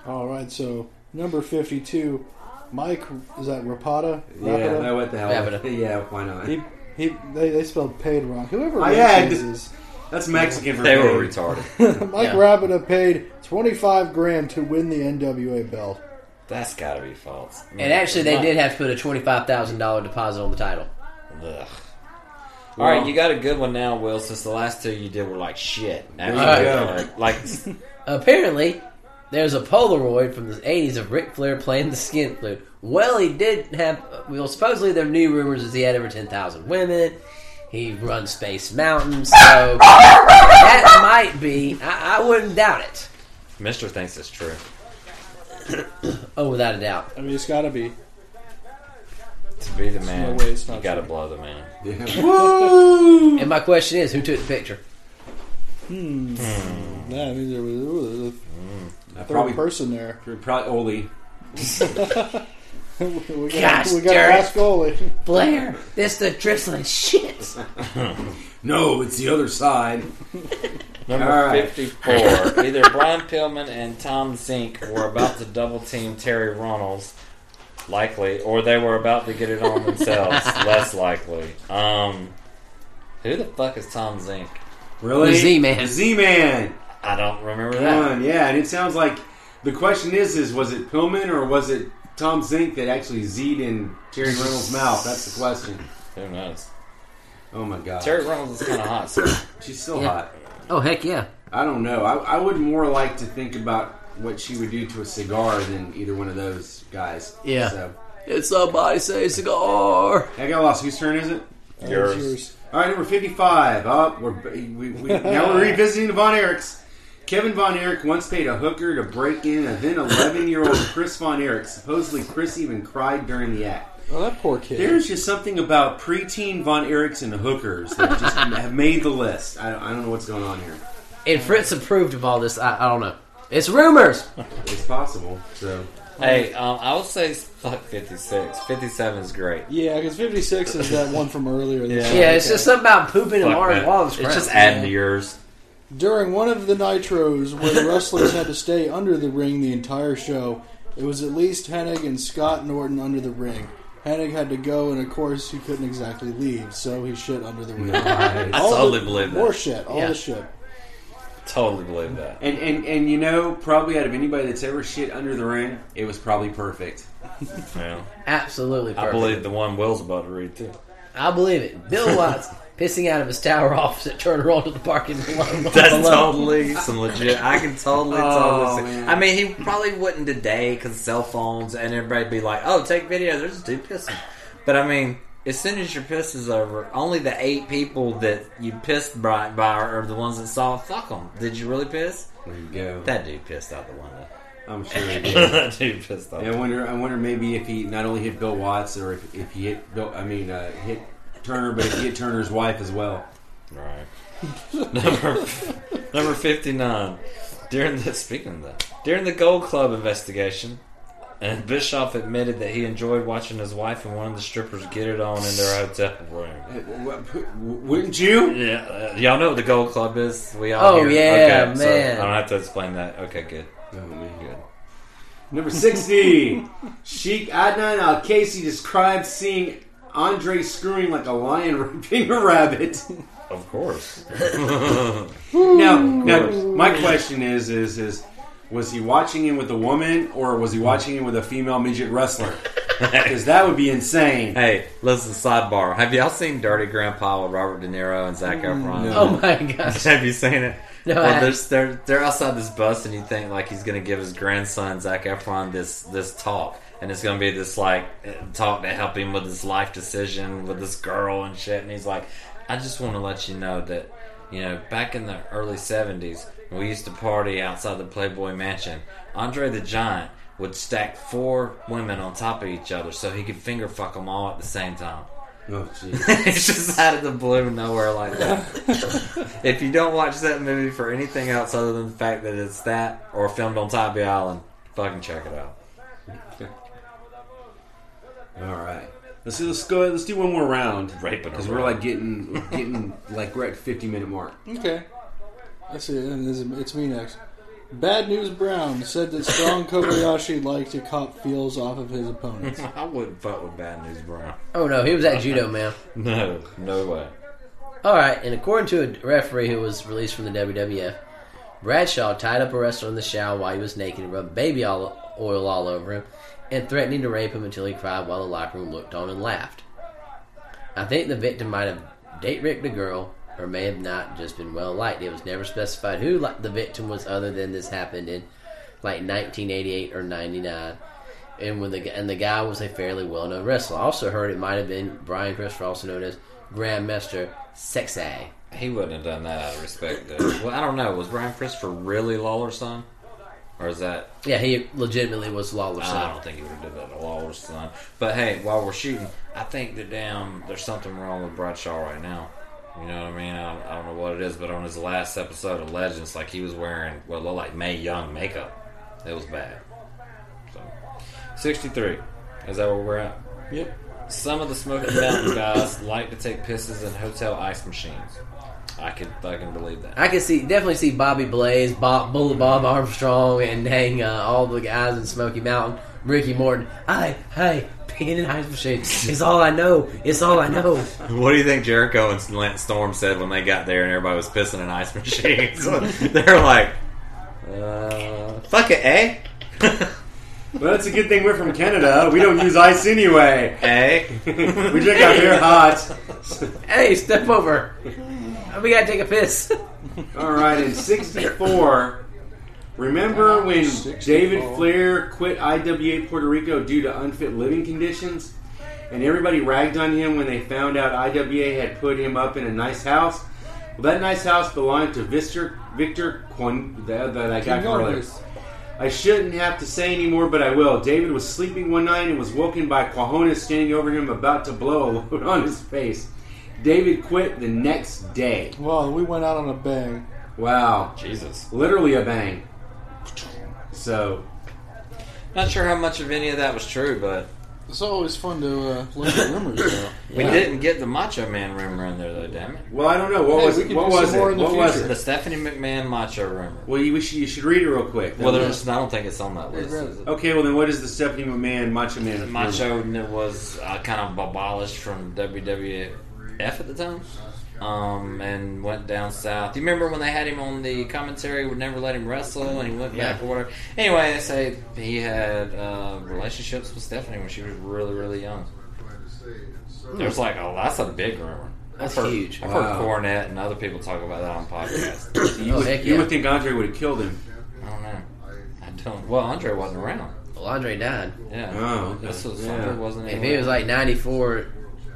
Speaker 6: All right, so number fifty-two, Mike is that Rapata?
Speaker 7: Yeah,
Speaker 6: Rapata?
Speaker 7: no, what the hell?
Speaker 2: Wrap it up.
Speaker 7: Yeah, why not?
Speaker 6: He, he, they, they spelled paid wrong. Whoever
Speaker 7: I
Speaker 6: wrote
Speaker 7: had-
Speaker 6: these is
Speaker 7: That's Mexican for
Speaker 8: They were
Speaker 7: paid.
Speaker 8: retarded.
Speaker 6: Mike
Speaker 2: Yeah.
Speaker 6: Rapata paid twenty-five grand to win the NWA belt.
Speaker 8: That's gotta be false.
Speaker 2: And actually, they did have to put a twenty five thousand dollar deposit on the title.
Speaker 8: Ugh. All right, you got a good one now, Will. Since the last two you did were like shit.
Speaker 7: There you
Speaker 8: Actually, like, like,
Speaker 2: Apparently, there's a Polaroid from the '80s of Ric Flair playing the skin flute. Well, he did have. Well, supposedly their new rumors is he had over ten thousand women. He runs Space Mountain, so that might be. I, I wouldn't doubt it.
Speaker 8: Mister thinks it's true.
Speaker 2: Oh, without a doubt.
Speaker 6: I mean, it's got to be.
Speaker 8: To be the man,
Speaker 6: no way it's not
Speaker 8: you gotta
Speaker 6: true.
Speaker 8: blow the man.
Speaker 7: Yeah.
Speaker 2: And my question is, who took the picture?
Speaker 6: Yeah, I mean, there was, ooh, there's
Speaker 7: I
Speaker 6: a third
Speaker 7: probably,
Speaker 6: person there.
Speaker 7: probably Oli.
Speaker 6: we got,
Speaker 2: Gosh,
Speaker 6: we got
Speaker 2: darn
Speaker 6: our
Speaker 2: it.
Speaker 6: last goalie.
Speaker 2: Flair, this the drizzling shit.
Speaker 7: No, it's the other side.
Speaker 8: Number
Speaker 7: All right.
Speaker 8: 54. Either Brian Pillman and Tom Zink were about to double team Terry Runnels, likely, or they were about to get it on themselves, less likely. Um, who the fuck is Tom Zink?
Speaker 7: Really?
Speaker 2: The Z-Man.
Speaker 7: The Z-Man.
Speaker 8: I don't remember that.
Speaker 7: One, yeah, and it sounds like the question is: is was it Pillman or was it Tom Zink that actually z'd in Terry Reynolds' mouth? That's the question.
Speaker 8: Who knows?
Speaker 7: Oh my god,
Speaker 8: Terry Reynolds is kind of hot. So
Speaker 7: she's still
Speaker 2: Yeah.
Speaker 7: hot.
Speaker 2: Oh heck yeah.
Speaker 7: I don't know. I, I would more like to think about what she would do to a cigar than either one of those guys.
Speaker 2: Yeah.
Speaker 7: So
Speaker 2: Did somebody say cigar?
Speaker 7: I got lost. Whose turn is it?
Speaker 6: Oh, Yours.
Speaker 7: All right, number fifty-five. Up, we're we, we, now we're revisiting the Von Erichs. Kevin Von Erich once paid a hooker to break in a then eleven-year-old Chris Von Erich. Supposedly, Chris even cried during the act.
Speaker 6: Oh, that poor kid.
Speaker 7: There's just something about preteen Von Erichs and hookers that just have made the list. I don't, I don't know what's going on here.
Speaker 2: And Fritz approved of all this. I, I don't know. It's rumors.
Speaker 7: It's possible. So
Speaker 8: Hey, um, I would say fuck 56. 57 is great.
Speaker 6: yeah, because 56 is that one from earlier. This
Speaker 8: Yeah.
Speaker 6: year.
Speaker 2: Yeah, it's just something about pooping and
Speaker 8: Fuck
Speaker 2: Mars
Speaker 8: that.
Speaker 2: Wallace.
Speaker 8: it's just adding to yours.
Speaker 6: During one of the nitros where the wrestlers had to stay under the ring the entire show, it was at least Hennig and Scott Norton under the ring. Hennig had to go, and of course, he couldn't exactly leave, so he shit under the ring.
Speaker 8: I
Speaker 6: All
Speaker 8: totally
Speaker 6: the-
Speaker 8: believe that.
Speaker 6: More shit, all
Speaker 2: Yeah.
Speaker 6: the shit.
Speaker 8: Totally believe that.
Speaker 7: and, and and you know, probably out of anybody that's ever shit under the ring, it was probably perfect.
Speaker 8: Yeah.
Speaker 2: absolutely.
Speaker 8: I
Speaker 2: Perfect.
Speaker 8: believe the one Will's about to read too.
Speaker 2: I believe it. Bill Watts pissing out of his tower opposite Turner onto the parking lot.
Speaker 8: That's
Speaker 2: below.
Speaker 8: totally some legit. I can totally,
Speaker 7: Oh,
Speaker 8: totally. See.
Speaker 7: man.
Speaker 8: I mean, he probably wouldn't today because cell phones and everybody'd be like, "Oh, take video." There's two pissing. But I mean, as soon as your piss is over, only the eight people that you pissed by, by are the ones that saw. it. Fuck them. Did you really piss?
Speaker 7: There you go.
Speaker 8: That dude pissed out the window.
Speaker 7: I'm sure. It did.
Speaker 8: that dude pissed out.
Speaker 7: And I wonder, I wonder maybe if he not only hit Bill Watts or if, if he hit Bill, I mean, uh, hit Turner, but if he hit Turner's wife as well.
Speaker 8: Right. number number fifty nine. During the speaking of that, during the Gold Club investigation, and Bischoff admitted that he enjoyed watching his wife and one of the strippers get it on in their hotel room.
Speaker 7: Uh, wh- wh- Wouldn't you?
Speaker 8: Yeah, uh, y'all know what the Gold Club is. We all.
Speaker 2: Oh,
Speaker 8: hear-
Speaker 2: yeah,
Speaker 8: okay, so
Speaker 2: man.
Speaker 8: I don't have to explain that. Okay, good.
Speaker 7: Oh,
Speaker 8: Good.
Speaker 7: Number sixty, Sheik Adnan Al Casey describes seeing Andre screwing like a lion raping a rabbit.
Speaker 8: Of course.
Speaker 7: Now, now, my question is, is, is, was he watching him with a woman or was he watching him with a female midget wrestler? Because that would be insane.
Speaker 8: Hey, listen. Sidebar: Have y'all seen Dirty Grandpa with Robert De Niro and Zach Efron?
Speaker 2: Oh my gosh.
Speaker 8: Have you seen it?
Speaker 2: No, I
Speaker 8: well,
Speaker 2: haven't.
Speaker 8: there's, they're they're outside this bus, and you think like he's gonna give his grandson Zach Efron this this talk, and it's gonna be this like eh, talk to help him with his life decision with this girl and shit. And he's like, I just want to let you know that you know back in the early '70s, when we used to party outside the Playboy Mansion. Andre the Giant would stack four women on top of each other so he could finger fuck them all at the same time.
Speaker 7: Oh, geez.
Speaker 8: it's just out of the blue, nowhere like that. if you don't watch that movie for anything else other than the fact that it's that or filmed on Tybee Island, fucking check it out.
Speaker 7: All right. Let's do, let's go. Let's do one more round.
Speaker 8: Raping
Speaker 7: because
Speaker 8: a
Speaker 7: we're
Speaker 8: round.
Speaker 7: like getting getting like we're at fifty minute mark.
Speaker 6: Okay. I see, and this is- it's me next. Bad News Brown said that Strong Kobayashi liked to cop feels off of his opponents.
Speaker 8: I wouldn't fuck with Bad News Brown.
Speaker 2: Oh no, he was at judo, man.
Speaker 8: No, no way.
Speaker 2: All right, and according to a referee who was released from the WWF, Bradshaw tied up a wrestler in the shower while he was naked and rubbed baby all, oil all over him and threatening to rape him until he cried while the locker room looked on and laughed. I think the victim might have date raped a girl or may have not just been well liked. It was never specified who li- the victim was other than this happened in like 1988 or 99. And when the gu- and the guy was a fairly well known wrestler. I also heard it might have been Brian Christopher, also known as Grandmaster Sexay.
Speaker 8: He wouldn't have done that out of respect, though. Well, I don't know. Was Brian Christopher really Lawler's son? Or is that.
Speaker 2: Yeah, he legitimately was Lawler's
Speaker 8: I
Speaker 7: Oh.
Speaker 2: son.
Speaker 8: don't think he would have did that to Lawler's son. But hey, while we're shooting, I think that damn there's something wrong with Bradshaw right now. You know what I mean? I, I don't know what it is, but on his last episode of Legends, like he was wearing what looked like May Young makeup. It was bad. So, 63. Is that where we're at?
Speaker 6: Yep.
Speaker 8: Some of the Smoky Mountain guys like to take pisses in hotel ice machines. I could fucking believe that.
Speaker 2: I can see definitely see Bobby Blaze, Bob, Bully Bob Armstrong, and dang uh, all the guys in Smoky Mountain, Ricky Morton. I hey, peeing in ice machines is all I know. It's all I know.
Speaker 8: What do you think Jericho and Lance Storm said when they got there and everybody was pissing in ice machines? They're like, uh, fuck it, eh?
Speaker 7: Well, that's a good thing we're from Canada. We don't use ice anyway.
Speaker 8: eh?
Speaker 7: We drink our beer hot.
Speaker 2: Hey, step over. We gotta take a piss.
Speaker 7: All right, in '64. Remember when
Speaker 6: 64.
Speaker 7: David Flair quit IWA Puerto Rico due to unfit living conditions? and everybody ragged on him when they found out IWA had put him up in a nice house. Well, that nice house belonged to Victor Victor Quan, that, that I got from earlier.
Speaker 3: Norris.
Speaker 7: I shouldn't have to say anymore, but I will. David was sleeping one night and was woken by Quahonas standing over him, about to blow a load on his face. David quit the next day.
Speaker 6: Well, we went out on a bang.
Speaker 7: Wow,
Speaker 8: Jesus.
Speaker 7: literally a bang. So
Speaker 8: Not sure how much of any of that was true, but
Speaker 6: It's always fun to uh, look at rumors, though.
Speaker 8: we didn't get the Macho Man rumor in there, though. Damn it.
Speaker 7: Well, I don't know what
Speaker 6: Hey,
Speaker 7: was
Speaker 6: we
Speaker 7: it?
Speaker 6: could
Speaker 7: What
Speaker 6: do some
Speaker 7: was it?
Speaker 6: more in the
Speaker 7: What was
Speaker 6: future.
Speaker 7: it?
Speaker 8: The Stephanie McMahon Macho rumor.
Speaker 7: Well, you, we should, you should read it real quick.
Speaker 8: Well, there's, I don't think it's on that list. Is
Speaker 6: Oh,
Speaker 8: it?
Speaker 7: okay, well then, what is the Stephanie McMahon Macho Man?
Speaker 8: Macho n- was uh, kind of abolished from WWF at the time, um, and went down south. Do you remember when they had him on the commentary? Would never let him wrestle, and he went back
Speaker 7: Yeah.
Speaker 8: or whatever. Anyway, they say he had uh, relationships with Stephanie when she was really, really young. It was like, oh, that's a big rumor.
Speaker 2: That's
Speaker 8: I've heard,
Speaker 2: huge.
Speaker 8: I've
Speaker 7: Wow.
Speaker 8: heard Cornette and other people talk about that on podcasts.
Speaker 7: You,
Speaker 2: Oh,
Speaker 7: would,
Speaker 2: heck
Speaker 7: you
Speaker 2: yeah.
Speaker 7: would think Andre would have killed him.
Speaker 8: I don't know. I don't. Well, Andre wasn't around.
Speaker 2: Well, Andre died.
Speaker 8: Yeah.
Speaker 7: Oh, okay.
Speaker 8: This was,
Speaker 7: Yeah.
Speaker 8: Andre wasn't.
Speaker 2: If
Speaker 8: even
Speaker 2: it was
Speaker 8: around.
Speaker 2: like 94,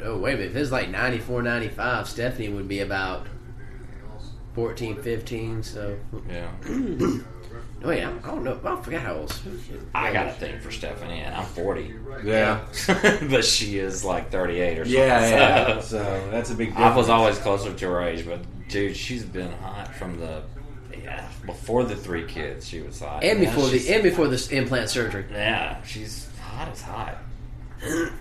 Speaker 2: oh, wait a minute. If it was like 94, 95, Stephanie would be about 14, 15, so.
Speaker 8: yeah.
Speaker 2: Oh, yeah. I don't know. I forgot how old.
Speaker 8: I got a thing for Stephanie, and I'm 40,
Speaker 7: Yeah,
Speaker 8: but she is like 38 or something.
Speaker 7: yeah, yeah.
Speaker 8: So,
Speaker 7: so that's a big. Difference.
Speaker 8: I was always closer to her age, but dude, she's been hot from the yeah before the three kids. She was hot,
Speaker 2: And
Speaker 8: Now
Speaker 2: before
Speaker 8: she's-
Speaker 2: the and before this implant surgery.
Speaker 8: yeah, she's hot as hot.
Speaker 7: There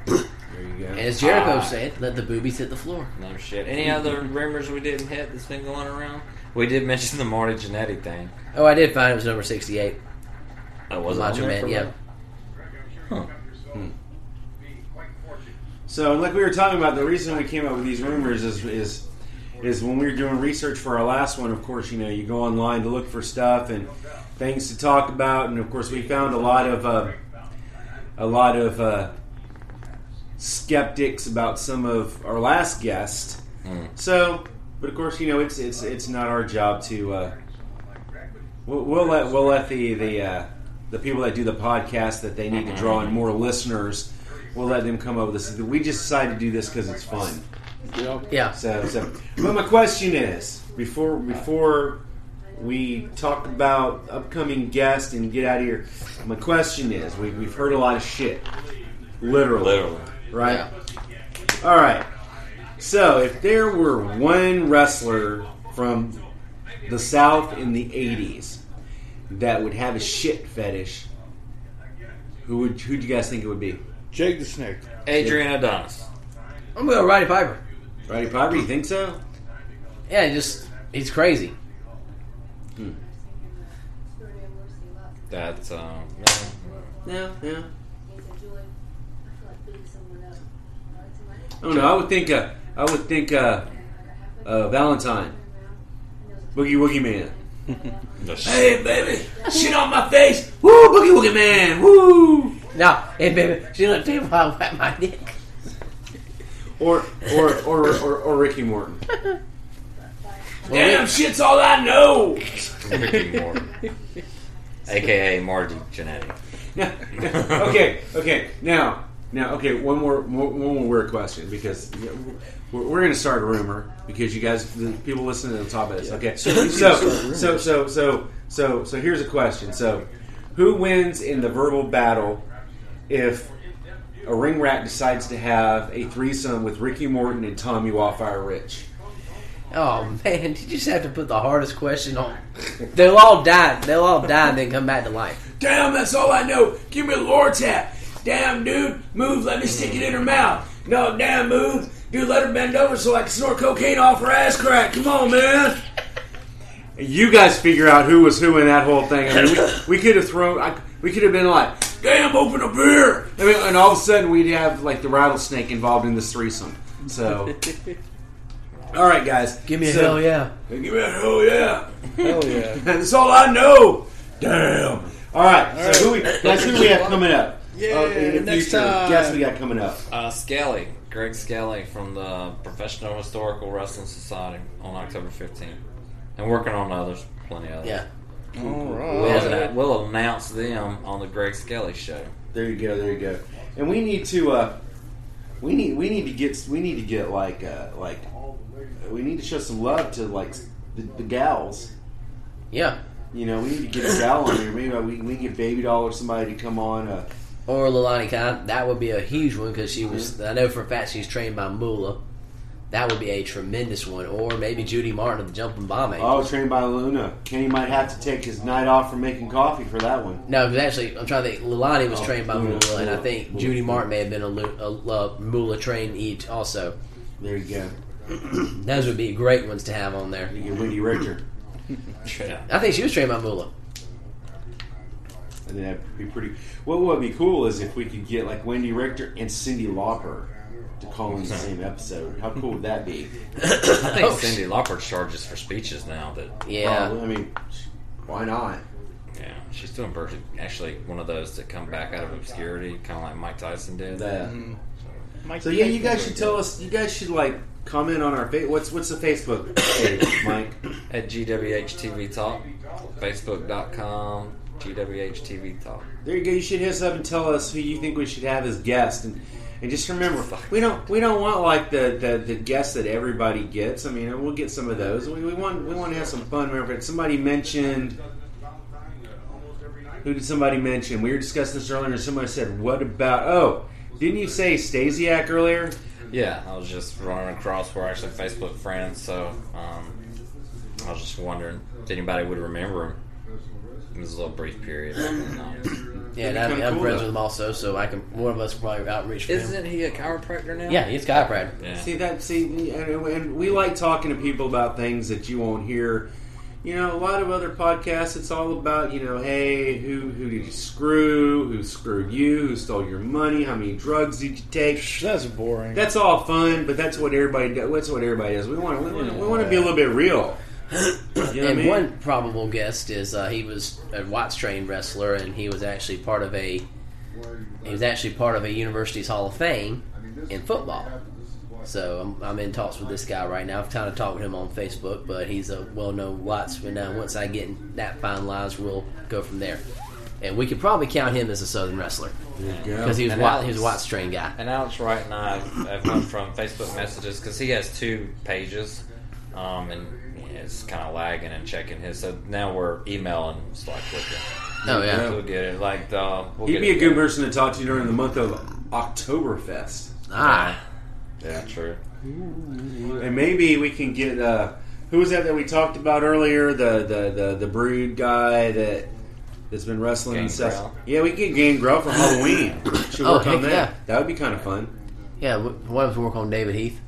Speaker 7: you go.
Speaker 2: And as Jericho
Speaker 8: Ah.
Speaker 2: said, let the boobies hit the floor.
Speaker 8: No shit. Any other rumors we didn't hit that's been going around? We did mention the Marty Jannetty thing.
Speaker 2: Oh, I did find it was number 68.
Speaker 8: That was
Speaker 2: Macho Man, yeah.
Speaker 7: So, like we were talking about, the reason we came up with these rumors is is is when we were doing research for our last one. Of course, you know, you go online to look for stuff and things to talk about, and of course, we found a lot of uh, a lot of uh, skeptics about some of our last guest. So, but of course, you know, it's it's it's not our job to. Uh, we'll, we'll let we'll let the the uh, the people that do the podcast that they need to draw in more listeners. We'll let them come up with this. We just decided to do this because it's fun.
Speaker 2: Yeah.
Speaker 7: So, so, but my question is before before we talk about upcoming guests and get out of here. My question is, we, we've heard a lot of shit, literally,
Speaker 8: Literally.
Speaker 7: right? All right. So, if there were one wrestler from the South in the '80s that would have a shit fetish, who would who do you guys think it would be?
Speaker 6: Jake the Snake.
Speaker 8: Adrian Adonis.
Speaker 2: I'm going to Roddy Piper.
Speaker 7: Roddy Piper? You think so?
Speaker 2: Yeah, he just, he's crazy.
Speaker 8: That's um.
Speaker 7: No, no.
Speaker 9: Well,
Speaker 7: I don't know. I would think. Uh, I would think. Uh, uh, Valentine, Boogie Woogie Man. Hey, baby, shit on my face. Woo, Boogie Woogie Man. Woo.
Speaker 2: Now, hey, baby, she let me while I wet my dick.
Speaker 7: Or or or or, or Ricky Morton.
Speaker 2: Damn,
Speaker 7: shit's all I know.
Speaker 8: Ricky Morton, aka Marty Jannetty.
Speaker 7: okay, okay. Now, now, okay. One more, more one more weird question because yeah, we're, we're going to start a rumor because you guys, the people listening to the top of this. Okay, so so so so so so so here's a question. So, who wins in the verbal battle if a ring rat decides to have a threesome with Ricky Morton and Tommy Wildfire Rich?
Speaker 2: Oh, man, did you just have to put the hardest question on? They'll all die. They'll all die and then come back to life.
Speaker 7: Damn, that's all I know. Give me a lore tap. Damn, dude, move. Let me stick it in her mouth. No, damn, move. Dude, let her bend over so I can snort cocaine off her ass crack. Come on, man. You guys figure out who was who in that whole thing. I mean, we, we could have thrown. I, we could have been like, "Damn, open a beer!" I mean, and all of a sudden we'd have like the rattlesnake involved in this threesome. So, all right, guys,
Speaker 2: Give me a
Speaker 7: So-
Speaker 2: hell yeah.
Speaker 7: Give me a hell yeah.
Speaker 6: Hell yeah.
Speaker 7: That's all I know. Damn. All right. so who we, that's who we have coming up. Oh,
Speaker 6: Yeah,
Speaker 7: in the
Speaker 6: next
Speaker 7: future,
Speaker 6: time.
Speaker 7: Guess we got coming up.
Speaker 8: Uh, Skelly, Greg Skelly from the Professional Historical Wrestling Society on October 15th. And working on others, plenty of others.
Speaker 2: Yeah.
Speaker 6: All
Speaker 8: We'll,
Speaker 6: right.
Speaker 8: we'll announce them on the Greg Skelly show.
Speaker 7: There you go. There you go. And we need to. Uh, We need we need to get we need to get like uh, like we need to show some love to like the, the gals.
Speaker 2: Yeah.
Speaker 7: You know, we need to get a gal on here. Maybe we, we can get Baby Doll or somebody to come on. Uh,
Speaker 2: Or Lilani Khan. That would be a huge one because she
Speaker 7: Mm-hmm.
Speaker 2: was. I know for a fact she's trained by Mula. That would be a tremendous one. Or maybe Judy Martin of the Jumping Bombing.
Speaker 7: oh, trained by Luna. Kenny might have to take his night off from making coffee for that one.
Speaker 2: No, because actually, I'm trying to think. Lilani was
Speaker 7: Oh,
Speaker 2: trained by
Speaker 7: Mula,
Speaker 2: Mula, and
Speaker 7: Mula,
Speaker 2: I think
Speaker 7: Mula.
Speaker 2: Judy Martin may have been a, Lu- a, uh, Mula trained each also.
Speaker 7: There you go. Mm-hmm.
Speaker 2: Those would be great ones to have on there.
Speaker 7: You get Wendy Richter.
Speaker 8: Yeah.
Speaker 2: I think she was trained by Mula.
Speaker 7: I think that'd be pretty. What would be cool is if we could get like Wendy Richter and Cindy Lauper to call in the same episode. How cool would that be?
Speaker 8: I think Cindy Lauper charges for speeches now. That
Speaker 2: Yeah.
Speaker 7: Oh, Well, I mean, why not?
Speaker 8: yeah, she's doing virgin. Actually, one of those that come back out of obscurity, kind of like Mike Tyson did.
Speaker 7: That.
Speaker 6: Mike
Speaker 7: So yeah, Mm-hmm. you guys should tell us. You guys should like comment on our fa- what's what's the Facebook page, Mike?
Speaker 8: At GWH TV Talk, Facebook.com, GWH TV Talk.
Speaker 7: There you go. You should hit us up and tell us who you think we should have as guest, and and just remember, we don't we don't want like the the, the guests that everybody gets. I mean, we'll get some of those. We, we want we want to have some fun. Remember, somebody mentioned. Who did somebody mention? We were discussing this earlier, and somebody said, "What about?" Oh, didn't you say Stasiak earlier?
Speaker 8: Yeah, I was just running across. We're actually Facebook friends, so um, I was just wondering if anybody would remember him. It was a little brief period. Um,
Speaker 2: Yeah, and
Speaker 7: That'd be kinda
Speaker 2: I'm, I'm
Speaker 7: cool,
Speaker 2: friends
Speaker 7: though.
Speaker 2: with them also, so I can. One of us probably outreach for him.
Speaker 8: Isn't he a chiropractor now?
Speaker 2: Yeah, he's chiropractor.
Speaker 8: Yeah.
Speaker 7: See that? See, and, and we like talking to people about things that you won't hear. You know, a lot of other podcasts, it's all about you know, hey, who who did you screw? Who screwed you? Who stole your money? How many drugs did you take?
Speaker 6: That's boring.
Speaker 7: That's all fun, but that's what everybody does. That's what everybody does. We want we, want- we want to be a little bit real. You know what I
Speaker 2: and
Speaker 7: mean?
Speaker 2: one probable guest is uh, he was a Watts trained wrestler, and he was actually part of a he was actually part of a university's Hall of Fame in football. So I'm, I'm in talks with this guy right now. I've kind of talked with him on Facebook, but he's a well-known Wattsman. Now, once I get that finalized, we'll go from there. And we could probably count him as a Southern wrestler because he was
Speaker 8: And
Speaker 2: Watts,
Speaker 8: that
Speaker 2: he was a
Speaker 8: was-
Speaker 2: Watts trained guy.
Speaker 8: And Alex Wright and I have come from Facebook messages because he has two pages, um, and it's kind of lagging and checking his. So now we're emailing. It's like we'll get,
Speaker 2: Oh yeah,
Speaker 8: we'll get it. Like uh, we'll
Speaker 7: He'd
Speaker 8: get
Speaker 7: be a
Speaker 8: it.
Speaker 7: good person to talk to during the month of Oktoberfest.
Speaker 2: ah,
Speaker 8: Yeah, true.
Speaker 7: And maybe we can get uh, who was that that we talked about earlier? The the the, the brood guy that that's been wrestling and stuff.
Speaker 8: Gangrel.
Speaker 7: Yeah, we can get Gangrel for Halloween. Should
Speaker 2: Oh,
Speaker 7: work on
Speaker 2: heck
Speaker 7: that.
Speaker 2: yeah.
Speaker 7: That would be kind of fun.
Speaker 2: yeah. w- One of us work on David Heath.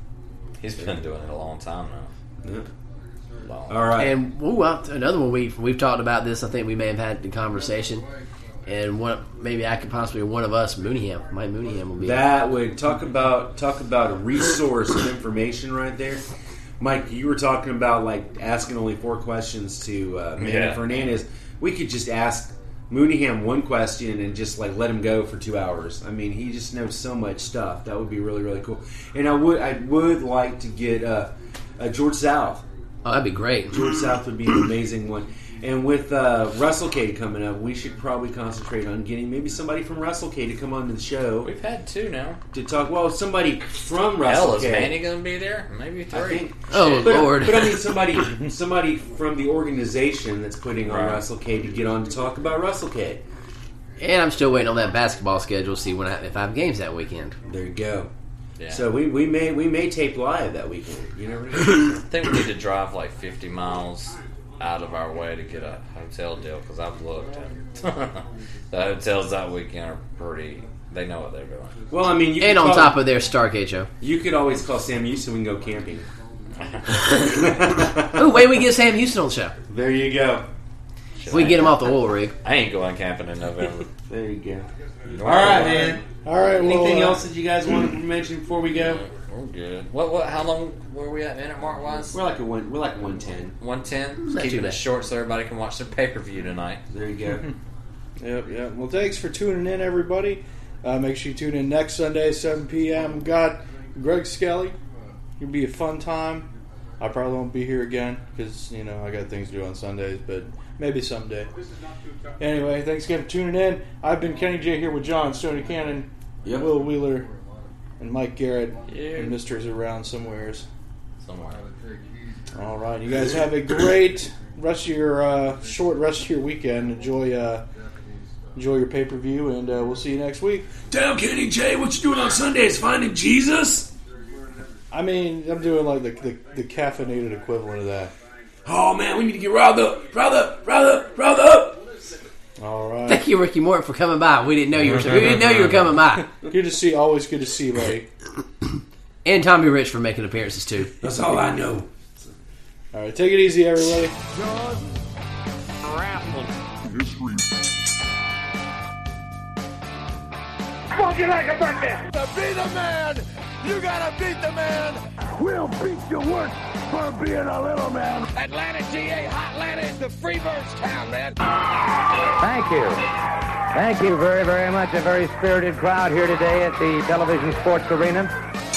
Speaker 8: He's been doing it a long time now.
Speaker 7: Yeah.
Speaker 8: Long.
Speaker 7: All right.
Speaker 2: And ooh, uh, another one we we've talked about this. I think we may have had the conversation, and one maybe I could possibly one of us Mooneyham, Mike Mooneyham will be.
Speaker 7: that would talk about talk about a resource of information right there. Mike, you were talking about like asking only four questions to uh, Manny
Speaker 8: Yeah.
Speaker 7: Fernandez. We could just ask Mooneyham one question and just like let him go for two hours. I mean, he just knows so much stuff. That would be really really cool. And I would I would like to get uh, uh, George South.
Speaker 2: oh, that'd be great.
Speaker 7: George South would be an amazing one. And with uh, WrestleCade coming up, we should probably concentrate on getting maybe somebody from WrestleCade to come on to the show
Speaker 8: We've had two now.
Speaker 7: to talk. Well, somebody from
Speaker 8: Hell,
Speaker 7: Russell
Speaker 8: is Manny going to be there? Maybe three.
Speaker 7: I think.
Speaker 2: Oh
Speaker 7: But,
Speaker 2: Lord,
Speaker 7: but I mean, somebody, somebody from the organization that's putting on
Speaker 8: Right.
Speaker 7: Russell K to get on to talk about Russell K.
Speaker 2: and I'm still waiting on that basketball schedule. See when I, if I have games that weekend.
Speaker 7: There you go.
Speaker 8: Yeah.
Speaker 7: So we, we may we may tape live that weekend. You never know.
Speaker 8: I think we need to drive like 50 miles out of our way to get a hotel deal because I've looked. and the hotels that weekend are pretty. They know what they're doing.
Speaker 7: well, I mean, you
Speaker 2: And
Speaker 7: could
Speaker 2: on
Speaker 7: call-
Speaker 2: top of their Stargate show.
Speaker 7: you could always call Sam Houston. We can go camping.
Speaker 2: Oh wait, we get Sam Houston on the show.
Speaker 7: There you go.
Speaker 8: Shit,
Speaker 2: We
Speaker 8: I
Speaker 2: get him
Speaker 8: ain't-
Speaker 2: off the oil rig.
Speaker 8: I ain't going camping in November.
Speaker 7: There you go. All right, man.
Speaker 6: All right. Well,
Speaker 7: Anything
Speaker 6: uh,
Speaker 7: else that you guys want to mention before we go?
Speaker 8: We're good. What? What? How long were we at minute mark wise?
Speaker 7: We're like a one. We're like one ten.
Speaker 8: 110.
Speaker 2: Not too
Speaker 8: Keeping it
Speaker 2: bad.
Speaker 8: short so everybody can watch the pay per view tonight.
Speaker 7: There you go.
Speaker 6: Yep, yep. Well, thanks for tuning in, everybody. Uh, make sure you tune in next Sunday, 7 p.m. Got Greg Skelly. It'll be a fun time. I probably won't be here again because, you know, I got things to do on Sundays, but maybe someday. Anyway, thanks again for tuning in. I've been Kenny J here with John, Stoney Cannon,
Speaker 7: Yep.
Speaker 6: Will Wheeler, and Mike Garrett
Speaker 8: Yeah.
Speaker 6: and Misters Around Somewheres.
Speaker 8: somewhere.
Speaker 6: All right, you guys have a great rest of your uh, short rest of your weekend. Enjoy uh, enjoy your pay per view, and uh, we'll see you next week.
Speaker 7: Damn, Kenny J, what you doing on Sundays? Finding Jesus?
Speaker 6: I mean, I'm doing like the the, the caffeinated equivalent of that.
Speaker 7: Oh man, we need to get riled up, riled up, riled up, riled up.
Speaker 6: All right,
Speaker 2: Thank you, Ricky Mort, for coming by. We didn't know you were. We didn't know you were coming by.
Speaker 6: good to see. Always good to see you, buddy.
Speaker 2: And Tommy Rich for making appearances too.
Speaker 7: That's all I know.
Speaker 6: All right, take it easy, everybody.
Speaker 4: Funky like a birthday.
Speaker 1: To be the man, you gotta beat the man.
Speaker 4: We'll beat your work for being a little man.
Speaker 1: Atlanta, GA, Hotlanta is the Freebirds town, man.
Speaker 5: Thank you. Thank you very, very much. A very spirited crowd here today at the Television Sports Arena.